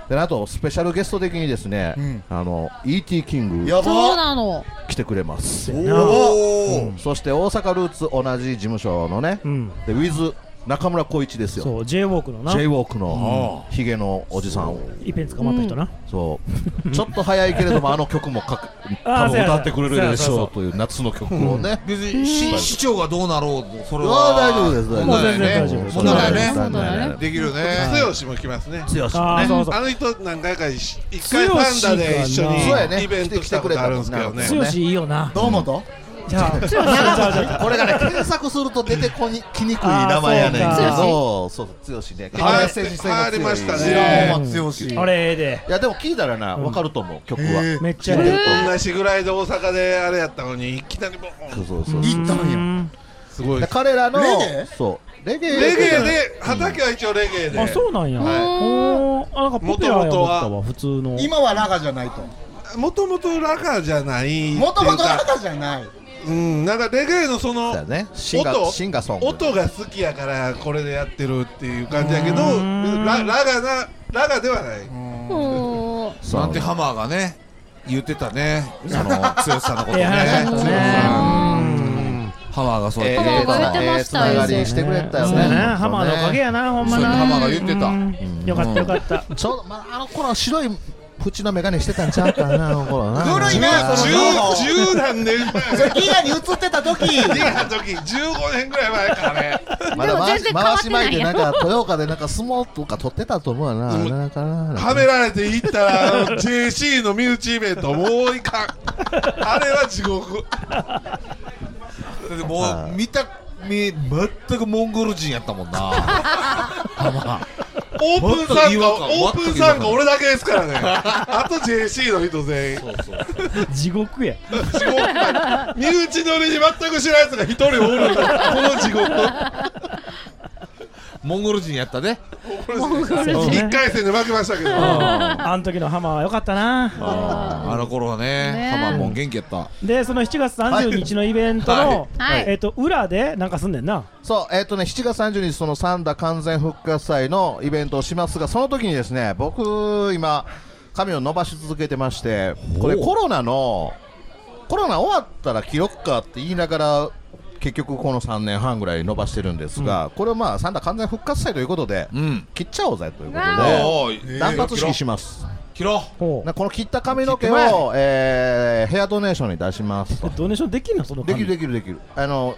であとスペシャルゲスト的にですね、あの E.T. キングそうなの来てくれますおうんそして大阪ルーツ同じ事務所のね、でウィズ中村浩一ですよそう J ウォークのな j ウォークのヒゲのおじさんいっぺん捕まった人なそうちょっと早いけれどもあの曲もかく多あーそう分や歌ってくれるでしそうょやうという夏の曲をね別に市市長がどうなろうとそれあは大丈夫です大丈夫問もう全題ない然大丈夫ねです問題ないね問題ないねできるね剛も来ますね剛もあねそうそうあの人何回か一一回パンダで一緒そうやねにイベント来たことあるんですけどね剛いいよなどうもとじゃあじゃあこれがね検索すると出てこにきにくい名前やねんけあーどそうそう剛ねはいメッセージ性が強い変わりましたねうん強しあれでいやでも聞いたらな分かると思う曲はめっちゃ聞いてると同じぐらいで大阪であれやったのにいきなりボーンそうそうそう行ったんやすごいで彼らのレゲエそうレゲエレゲエで畑は一応レゲエであそうなんやおーあなんかポピュラーやと思ったわ普通の今はラガじゃないともともとラガじゃないもともとラガじゃいないうんなんかレゲエのそのだねシンガ音シンガーソング音が好きやからこれでやってるっていう感じやけどララガなラガではないそうなんてハマーがね言ってたねその剛さんのことえね え話だったね剛さんうんハマーがそうやってハマーが言ってましたよええつながりしてくれたよねそうや本当ねねハマーのおかげやなほんまそうなやねハマーが言ってたうんよかったよかったちょうどまああの頃は白い縁の眼鏡してたんちゃうかなあの頃な古いな十十何年前ギガに映ってた 時ギガの時15年ぐらい前かねまだ回し回し巻いてなんかやろ豊岡でなんか相撲とか取ってたと思うなうんなんかなはめられていったらあの JC の身内イベントもういかんあれは地獄でもう見た目全くモンゴル人やっ たもんなハオープン参加オープン参加俺だけですからねあと JC の人全員地獄や地獄身内乗りに全く知らんやつが一人おるんだこの地獄マーモンゴル人やったねモンゴル人一回戦で負けましたけどあん時のハマーは良かったなあの頃はねねハマーも元気やったでその7月30日のイベントのはいはいえっと裏でなんかすんねんなそうえっ、とね7月30日そのサンダ完全復活祭のイベントをしますがその時にですね僕今髪を伸ばし続けてましてこれほうコロナのコロナ終わったら切ろっかって言いながら結局この3年半ぐらい伸ばしてるんですが、これをまあサンダ完全復活祭ということで、切っちゃおうぜというこおとでー断髪式します。切ろうなこの切った髪の毛切ってを、えーヘアドネーションに出しますとドネーションできるのそのできるできるできるあの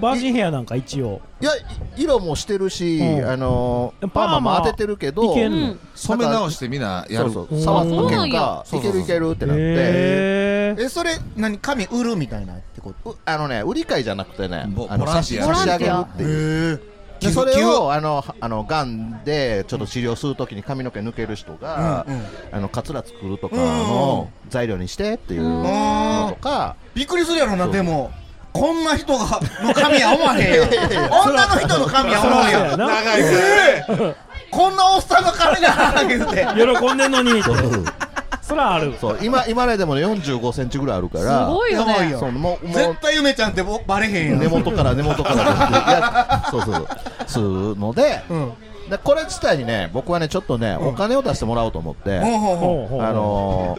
バージンヘアなんか一応いやい色もしてるし、うんあのでもパーマもパーマ当ててるけどいけんのうん染め直してみんなやるそうそう触ったうん結果そういそけるうそういけるってなってへえそれ何紙売るみたいなってことあのね売り買いじゃなくてねボボランティア差し上げるっていうでそれをあのはあのガンでちょっと治療するときに髪の毛抜ける人が、うんうんあのカツラ作るとかの材料にしてっていうのとか、びっくりするやろなでもこんな人がの髪は思わへんやん女の人の髪は思わへんやん長いねええこんなおっさんの髪だ言うて喜んでんのにそらあるそう今今ねでもね45センチぐらいあるからすごいよねそうもうもう絶対ゆめちゃんってぼバレへんやん根元から根元 からいやそうそうそうするので,、でこれ自体にね僕はねちょっとね、お金を出してもらおうと思って、ほうほうほうあの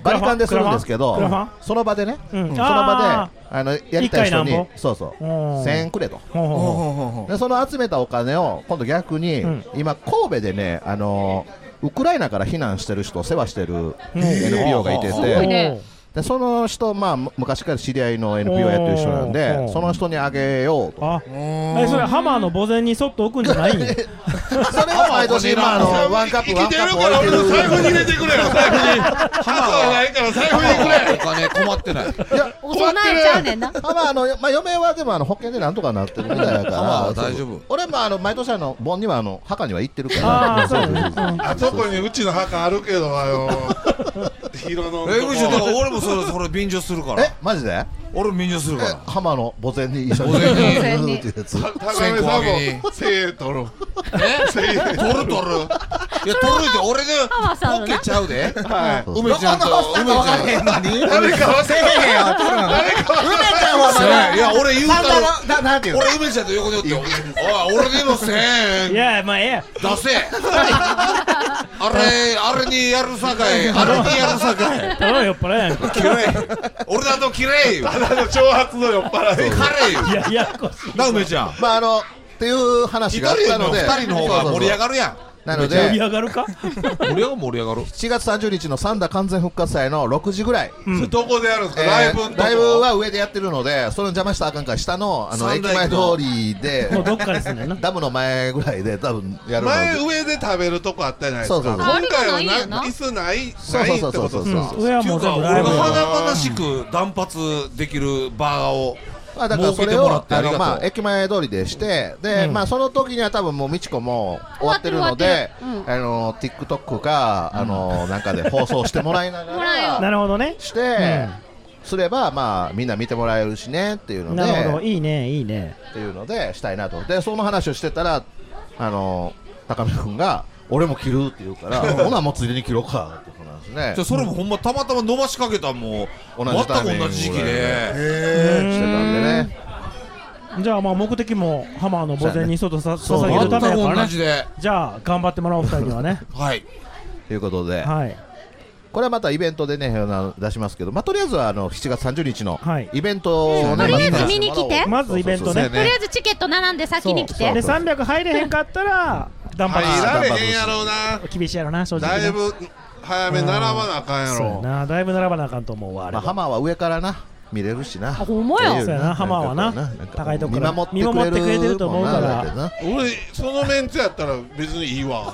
ーバリカンでするんですけどクラファンその場でね、うんそのあ場ーであのやりたい人一回になんぼそうそううん1000円くれとほうほうほうほうほうでその集めたお金を今度逆に、今神戸でねあのーウクライナから避難してる人を世話してるうん NPO がいてて、すごいねでその人、まあ、む昔から知り合いの NPO やってる人なんおーおでーその人にあげようとあえそれハマーの墓前にそっと置くんじゃないんそれは毎年今あのワンカップワンカップ置いてる財布に入れてくれ よ財布にないから財布にくれお金困ってないお供えちゃうねんなまああのまあ嫁はでもあの保険でなんとかなってるみたいだからまあ大丈夫俺もあの毎年あの盆にはあの墓には行ってるからあーそうだねあそこにううちの墓あるけどあよ広野のえぐしだから俺もそれそれ便乗するからえマジで俺も便乗するからえ浜の墓前に一緒に墓前に高めさんもせえとるえせえ取る取るいや取るで俺でボケちゃうではい梅ちゃんと梅ちゃ誰か忘れへんんとのに誰か忘れへん梅ちゃんはまだいや俺言うたサンらダルななんていうの俺梅ちゃんと横におっておい俺でもせえいやまあええや出せあれあれにやるさかいあれにやるさかいただの酔っ払いや んか俺だと綺麗よただの挑発の酔っ払い彼よいやいやこしな梅ちゃんまああのっていう話があったので一人の方が盛り上がるやんなので盛り上がるか盛り上がる盛り上がる7月30日のサンダ完全復活祭の6時ぐらい、それどこでやるんですか、えーライブのとこライブは上でやってるのでそれの邪魔したらあかんから下のあの三駅大前駅通のりでもうどっかですねダムの前ぐらいで多分やるの前で上で食べるとこあったじゃないですかそうそうそう今回あれもないはよなな椅子ないそうないそうってそこうそとうでそすかうそう上はもう全部ラ俺イブがや華々しく断髪できるバーをまあだから設そけれてもをらってあありのまがあとう駅前通りでしてで、うんまあその時には多分もう美智子も終わってるので終わってる終わってあの TikTok かあのなんかで放送してもらいながもらえよらなるほどねして、すればまあみんな見てもらえるしねっていうのでなるほどいいねいいねっていうのでしたいなとでその話をしてたらあの高見君が俺も着るって言う からほなもうついでに着ろうかって話ですねじゃあそれもほんまたまたま伸ばしかけたも同う全じタイミングく同じ時期ぐらいでしでてたんでねじゃあまあ目的もハマーの墓前に外さそう捧げるためや全からく同ねじでじゃあ頑張ってもらおう二人にはねはいということで、はいこれはまたイベントでねあの出しますけど、まあ、とりあえずはあの7月30日のイベントをね、とりあえまずた見に来てそうそうそうそうとりあえずチケット並んで先に来てで300入れへんかったら断髪入られへんやろうな厳しいやろな正直ねだい ぶ早め並ばなあかんやそうやろなだいぶ並ばなあかんと思うわあれまあ、ハマーは上からな見れるしなほんまやっていそうやなハマーはなんかこう高いとこから見守ってくれる見守ってくれてると思うからもんなんだけどな俺そのメンツやったら別にいいわ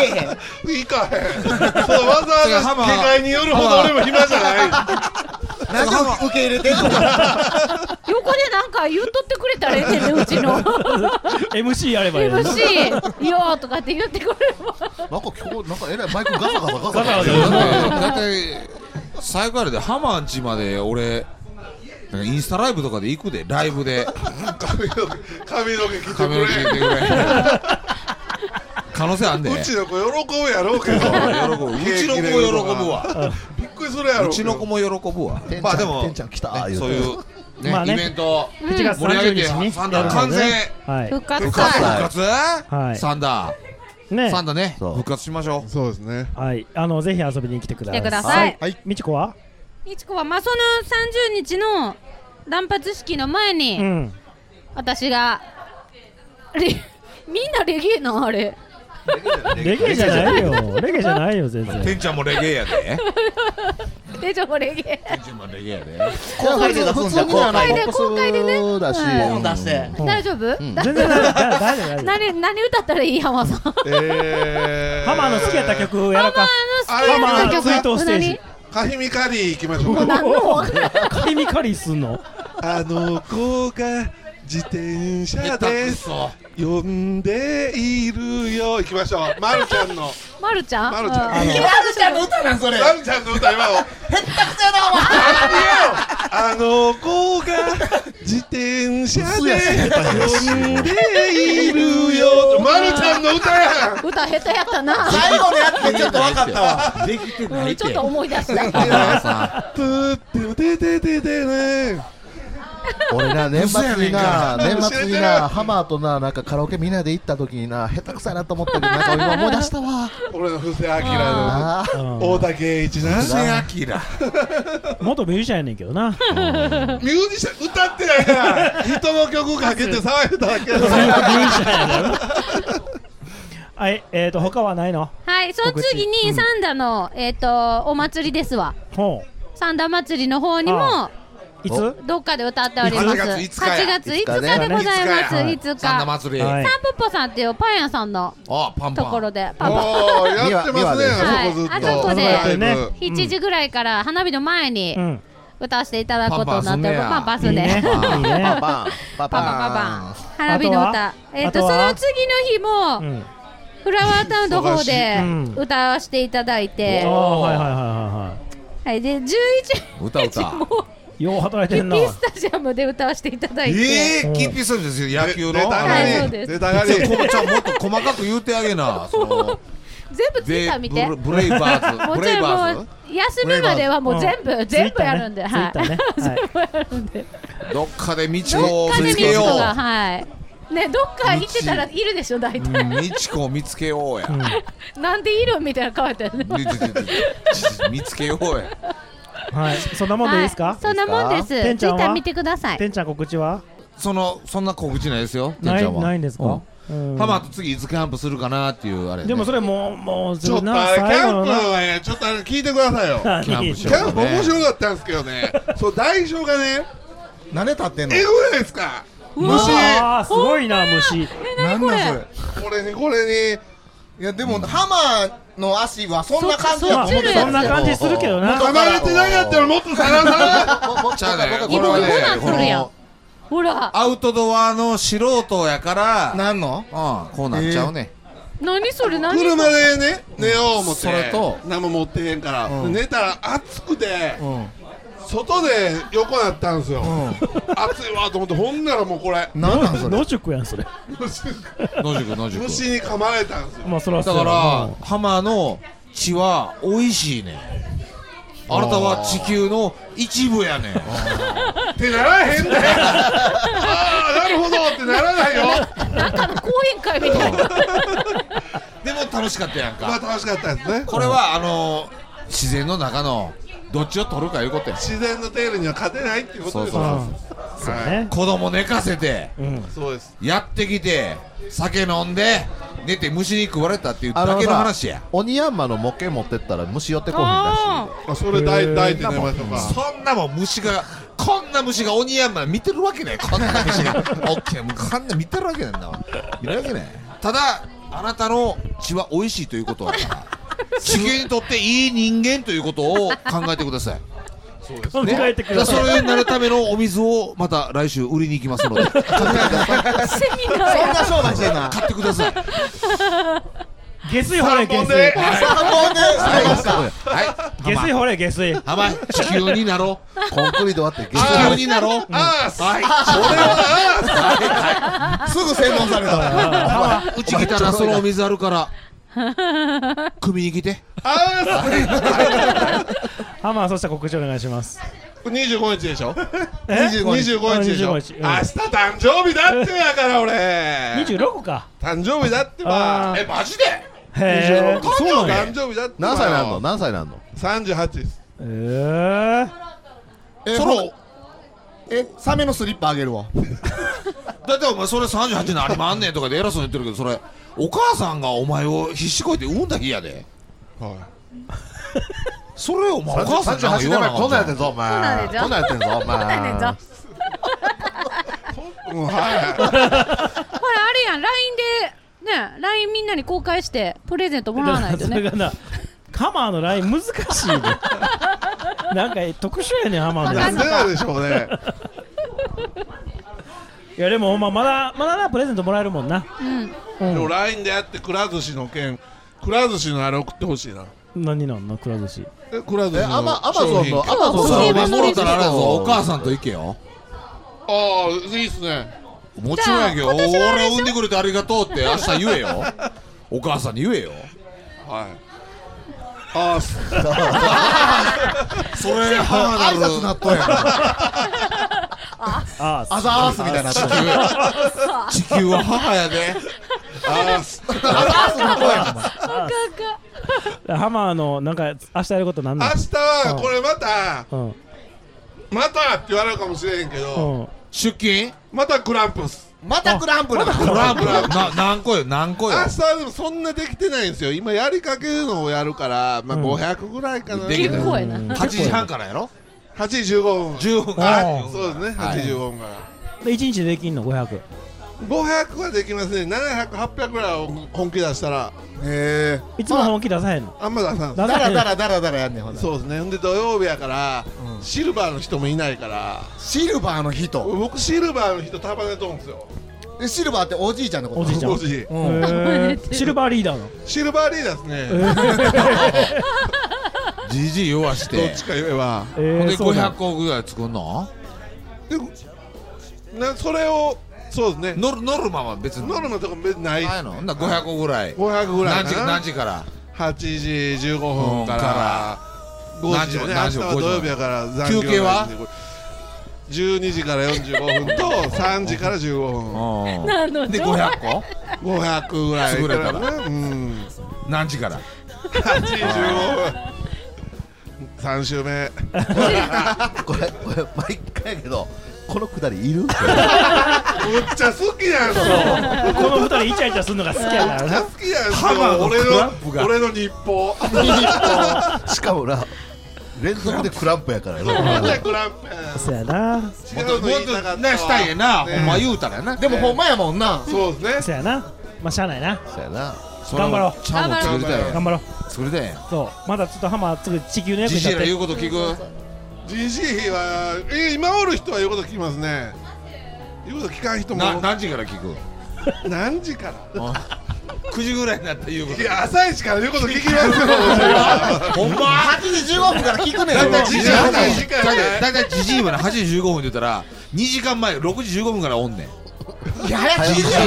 えへんいかへんそうわざわざ世界によるほど俺も暇じゃないなんか受け入れてんの横でなんか言っとってくれたらええねんねうちの MC やればいいのに MC よーとかって言ってくれればなんか今日なんかえらいマイクガサガサガサだガサって大体最後あれでハマーんちまで俺なんかインスタライブとかで行くでライブで髪の毛 髪の毛切って髪の毛切っくてくれれ 可能性あんでうちの子喜ぶやろうけど喜ぶうちの子喜ぶうわびっくりするやろうちの子も喜ぶわてんちゃんまあでもてんちゃん来たね言うてそういうねまあねイベント7月盛り上げて30日にサンダー完成はい復活復活はい復はい活サンダーねサンダーね復活しましょうそうですねはいあのぜひ遊びに来てください来てくださいはいみちこはみちこはまあその30日の断髪式の前に、うん私がレみんなレゲエなあれレゲエじゃないよレゲエじゃないよ全然てんちゃんもレゲエやででちょレゲエてんちゃんもレゲエやで公開で出すんじゃん公開で公開公開でねだしはい本出して大丈夫 んだ全然大丈夫大大丈夫何何歌ったらいい浜さん浜ハマーの好きやった曲やろうかの好きな曲ハマーの追悼ステージ何カヒミカリー行きましょうもう何のカリミカリーすんのあの子が自転車で下手くすそ呼んでいるよ行きましょうまるちゃんのまるちゃんまるちゃんうあのちゃんの歌なんそれまるちゃんの歌今をあの子が自転車で呼んでいるよまるちゃんの歌やん歌下手やったな最後のやつでちょっと分かったわできてうんちょっと思い出した プーってててててね俺な年末にな嘘やねん年か末になハマーとななんかカラオケみんなで行った時にな下手くさいなと思ったけどなんか今思い出したわ俺の布施明の大竹栄一な明元ミュージシャンやねんけどなミュージシャン歌ってないから人の曲かけて騒いでただけやからはいえーと他はないのはいその次にサンダの、えっ、とお祭りですわほサンダ祭りの方にあもいつどっかで歌っております8月5日8や月5日でございます5日や5日サンダ祭りサンプッポさんっていうパン屋さんのあパンパとンころでパンおーやってますねはいあそこずっとあそこであそこやってるね7時ぐらいから花火の前にん歌わせていただくことになってるパンパンすんでパンパンパンパンパン花火の歌えっ、とあとそはの次の日も、うんフラワータウンの方で忙しいうん歌わせていただいて、ああはいはいはいはい、で11歌歌はいよう働いてんなピスタジアムで歌わせていただいて、えー、キーピースですよ、野球の。出たがりはいそうです出たがり。ちょこちゃんもっと細かく言うてあげな。その全部ツイッター見てでブレブレイバーズもうブレイバーズもう休みまではもう全部、うん全部やるんで、ツイはッいターねツイッター全 部やねるんでどっかで道子どをっかで見ミつけスよトがう。はいねどっか行ってたらいるでしょ大体、うん道子を見つけようや。なんでいるみたいな顔やったよね見つけようや。はいそんなもんでいいですかはいそんなもんですツイてんちゃんッターは見てくださいてんちゃん告知はそのそんな告知ないですよ。ないてちゃはないんですかううんんハマと次いつキャンプするかなっていうあれね。でもそれもうもうちょっとあれキャンプはねちょっとあれ聞いてくださいよ何キャンプしようかね面白かったんですけどねそう代償がね何立ってんのえぐないですかうわ虫あーすごいな虫何これなんこれにこれにいやでも、ハマーの足はそんな感じやと思ってたですよそんな感じするけどな元から噛まれてなかったらもっと探さちゃうね僕はこれはね僕はこんなんするやんこほらのアウトドアの素人やから。なんの？うん、こうなっちゃうね。何それ何それ車でね寝よう思ってそれと何も持ってへんから、うん寝たら暑くて、外で横なったんですよ、暑いわと思ってほんならもうこれなんなんそれ野宿やんそれ野宿野宿。虫に噛まれたんですよまあそれはだそうかやなら浜の血は美味しいねんあなたは地球の一部や ねっんてならへんねああなるほどってならないよなんかの講演会みたい なでも楽しかったやんか、まあ楽しかったですねこれはあの自然の中のどっちを取るかいうことや自然の手入れには勝てないっていうことですよそうそうはい子供寝かせて、そうですやってきて酒飲んで寝て虫に食われたっていうだけの話や鬼ヤンマの模型持ってったら虫寄ってこへんらしいあそれ抱い抱いて寝ましょうかそんなもん虫がこんな虫が鬼山見てるわけないこんな虫が オッケーもうこんな見てるわけないんだわ見るわけないただあなたの血は美味しいということは地球にとっていい人間ということを考えてください考えてくださねいそれになるためのお水をまた来週売りに行きますのでセミナーそんやな商売してんな買ってください下水掘れ下三本水ではいはいはい下水掘れ下水甘い地球になろうコンクリート割って地球になろうあーはいすぐ洗脳され たうち来たらそのお水あるから組みに 来てハマーそしたら告知お願いします25日でしょえ25日でしょ25明日日うん誕生日だってやから俺26か誕生日だってばあーえマジでへー26そうなんや誕生日だってば何歳なんの何歳なんの38ですえー、えそのえサメのスリッパあげるわ だってお前それ38のありまんねんとかで偉そうに言ってるけどそれお母さんがお前を必死こいて産んだ日やでそれをお前お母さんになんか言わなあか38年前こんなんやってんぞおそう前なんでしょこんなんやってんぞおこんなんやねんぞ前うんはいほらあれやん LINE でね LINE みんなに公開してプレゼントもらわない とそれねがなカマーのライン難し いねなんか特殊やねんハマーのなんでやでしょうねいやでもほんままだまだなプレゼントもらえるもんなでも LINE でやってくら寿司の件くら寿司のあれ送ってほしいな何なんのくら寿司えくら寿司えのアマアマゾン商品のアマゾンのそうまあそうだったらあれやぞお母さんと行け よああいいっすねもちろんやけどじゃあ今年はあれでしょ俺を産んでくれてありがとうって明日言えよ お母さんに言えよはいああすそれ花なる挨拶な っとんやんあアザースみたいになっとんやん地球は母やでああすハマーのなんか明日やることなん明だ日はこれまたうんうんまたって言われるかもしれへんけど出勤またクランプスまたクランプなトランプな何個よ何個明よ日はでもそんなできてないんですよ今やりかけるのをやるからまあ500ぐらいかなできた8時半からやろ8時15分15分からそうですねはい8時15分からで一日できんの500 500はできますね700、800ぐらいを本気出したらへいつも本気出さへんのあんま出さんだらだらだらだらやんねんほんそうですねほんで土曜日やから、シルバーの人もいないからシルバーの人僕シルバーの人束ねとんですよえシルバーっておじいちゃんのことおじいちゃんおじいへーシルバーリーダーのシルバーリーダーですね、じじい弱してどっちか言えばえーほんでそう500なの個ぐらい作んのなそれをそうですねノルノルマは別にノルマとか別にないないのほんなら500個ぐらい500ぐらい何時何時から8時15分かうんからら5時やね明何日時は土曜日やから残業休憩は12時から45分と3時から15うん分なので500個500ぐらい作れたらうん何時から8時15分3週目これこれ毎回やけどこのくだりいるむっちゃ好きやんそうこの二人イチャイチャするのが好きやからめっちゃ好きやんハマの俺クランプのが俺の日報しかもな連続でクランプやからなまたクランプそうやなもっともっとなしたいやなねほんま言うたらや なでもほんまやもんなそうですねそうやなまあしゃあないなそうやな頑張ろうちゃんも作りたいやん頑張ろう作りたいやんそうまだちょっとハマーすぐ地球の役にじじ立っいてら言うこと聞くじじいは、えー今おる人は言うこと聞きますね言うこと聞かん人もな何時から聞く何時から9時ぐらいになったら言うこといや朝一から言うこと聞きますよほんま8時15分から聞くねんだいたいそじのじい8は時だいたいじじいはな8時15分って言ったら2時間前6時15分からおんねんいや早すぎるや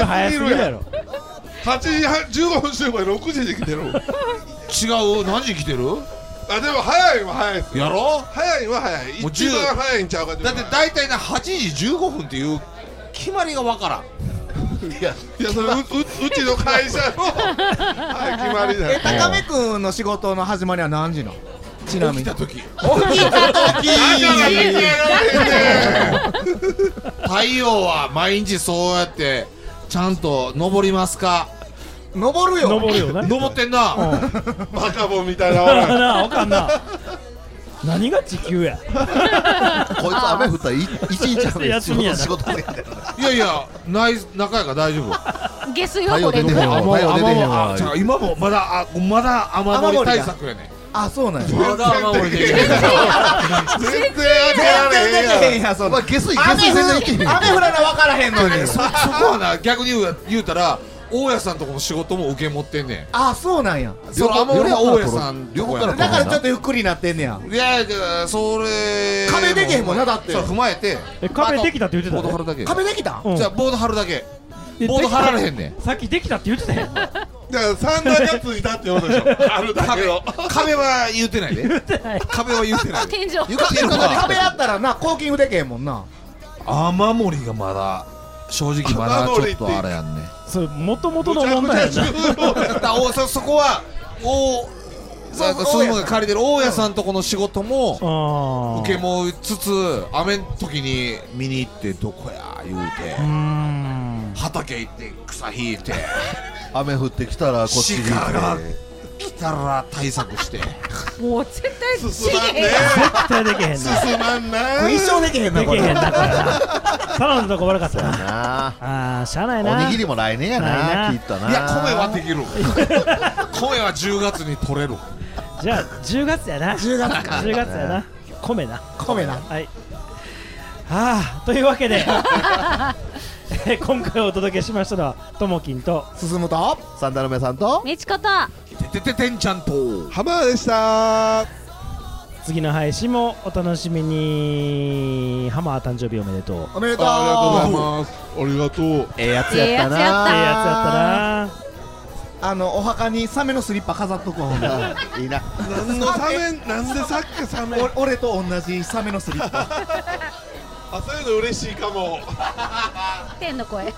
ろ早すぎるやろ8時半15分集合で6時で来てる違う何時来てるあでも早いは早いですよやろ早いは早いもう一十番早いんちゃうかだって大体な8時15分っていう決まりがわからんいやそれうううちの会社 のはい決まりだえ高めくんの仕事の始まりは何時なのちなみに起きた時起きた時太陽は毎日そうやってちゃんと登りますか登るよ登るよな 登ってんな、バカボンみたいなおらん なあおかんな何が地球 やこいつ雨降ったらい一日雨で 休みやない仕事でいやいやない中やから大丈夫下水は太こ陽れ出てへんわ雨太陽出てへんわあ違う今もまだあまだ雨漏り対策やねあそうなんやまだ雨漏りできない全然当てられへんやんへんやそんまあ下水下水全然いけへん雨降らな分からへんのに そそこはな逆に言う言うたら大家さんとこの仕事も受け持ってんねんあそうなんやその雨漏りは大家さん両方からだからちょっとゆっくりになってんねやいやいやそれ壁できへんもんなだってそう踏まえてえ壁できたって言ってボたード張るだけ壁できたうんじゃあボード張るだけえボード張られへんねんさっきできたって言ってたや んだからサンダーがついたってことでしょあるだけの壁は言うてないで壁は言うてない天井床床が壁あったらなコーキングできへんもんな雨漏りがまだ正直 まだちょっとあれやんねそれもともとの 問題やなだからおそそこはおそうなんかそういうのが借りてる大家さんとこの仕事もあー受け持ちつつ雨の時に見に行ってどこや言うて畑行って草引いて雨降ってきたらこっちに鹿が来たら対策してもう絶対進まんね絶対できへんな進まんな一生できへんなでこきれへんなこれなサラのとこ悪か ったななあーしゃあないなおにぎりも来年やなきっとないや米はできる米は10月に取れるじゃあ10月やな10月10月やな米な米なはいああというわけでえ今回お届けしましたのはともきんと進むとサンダルメさんとみちことてててんちゃんとハマーでした次の配信もお楽しみにハマー誕生日おめでとうおめでとうありがとうございますありがとうええやつやったなええやつやったええやつやったなあのお墓にサメのスリッパ飾っとくわほんないいな何のサメなんでさっきサメお俺と同じサメのスリッパあそういうの嬉しいかも天の声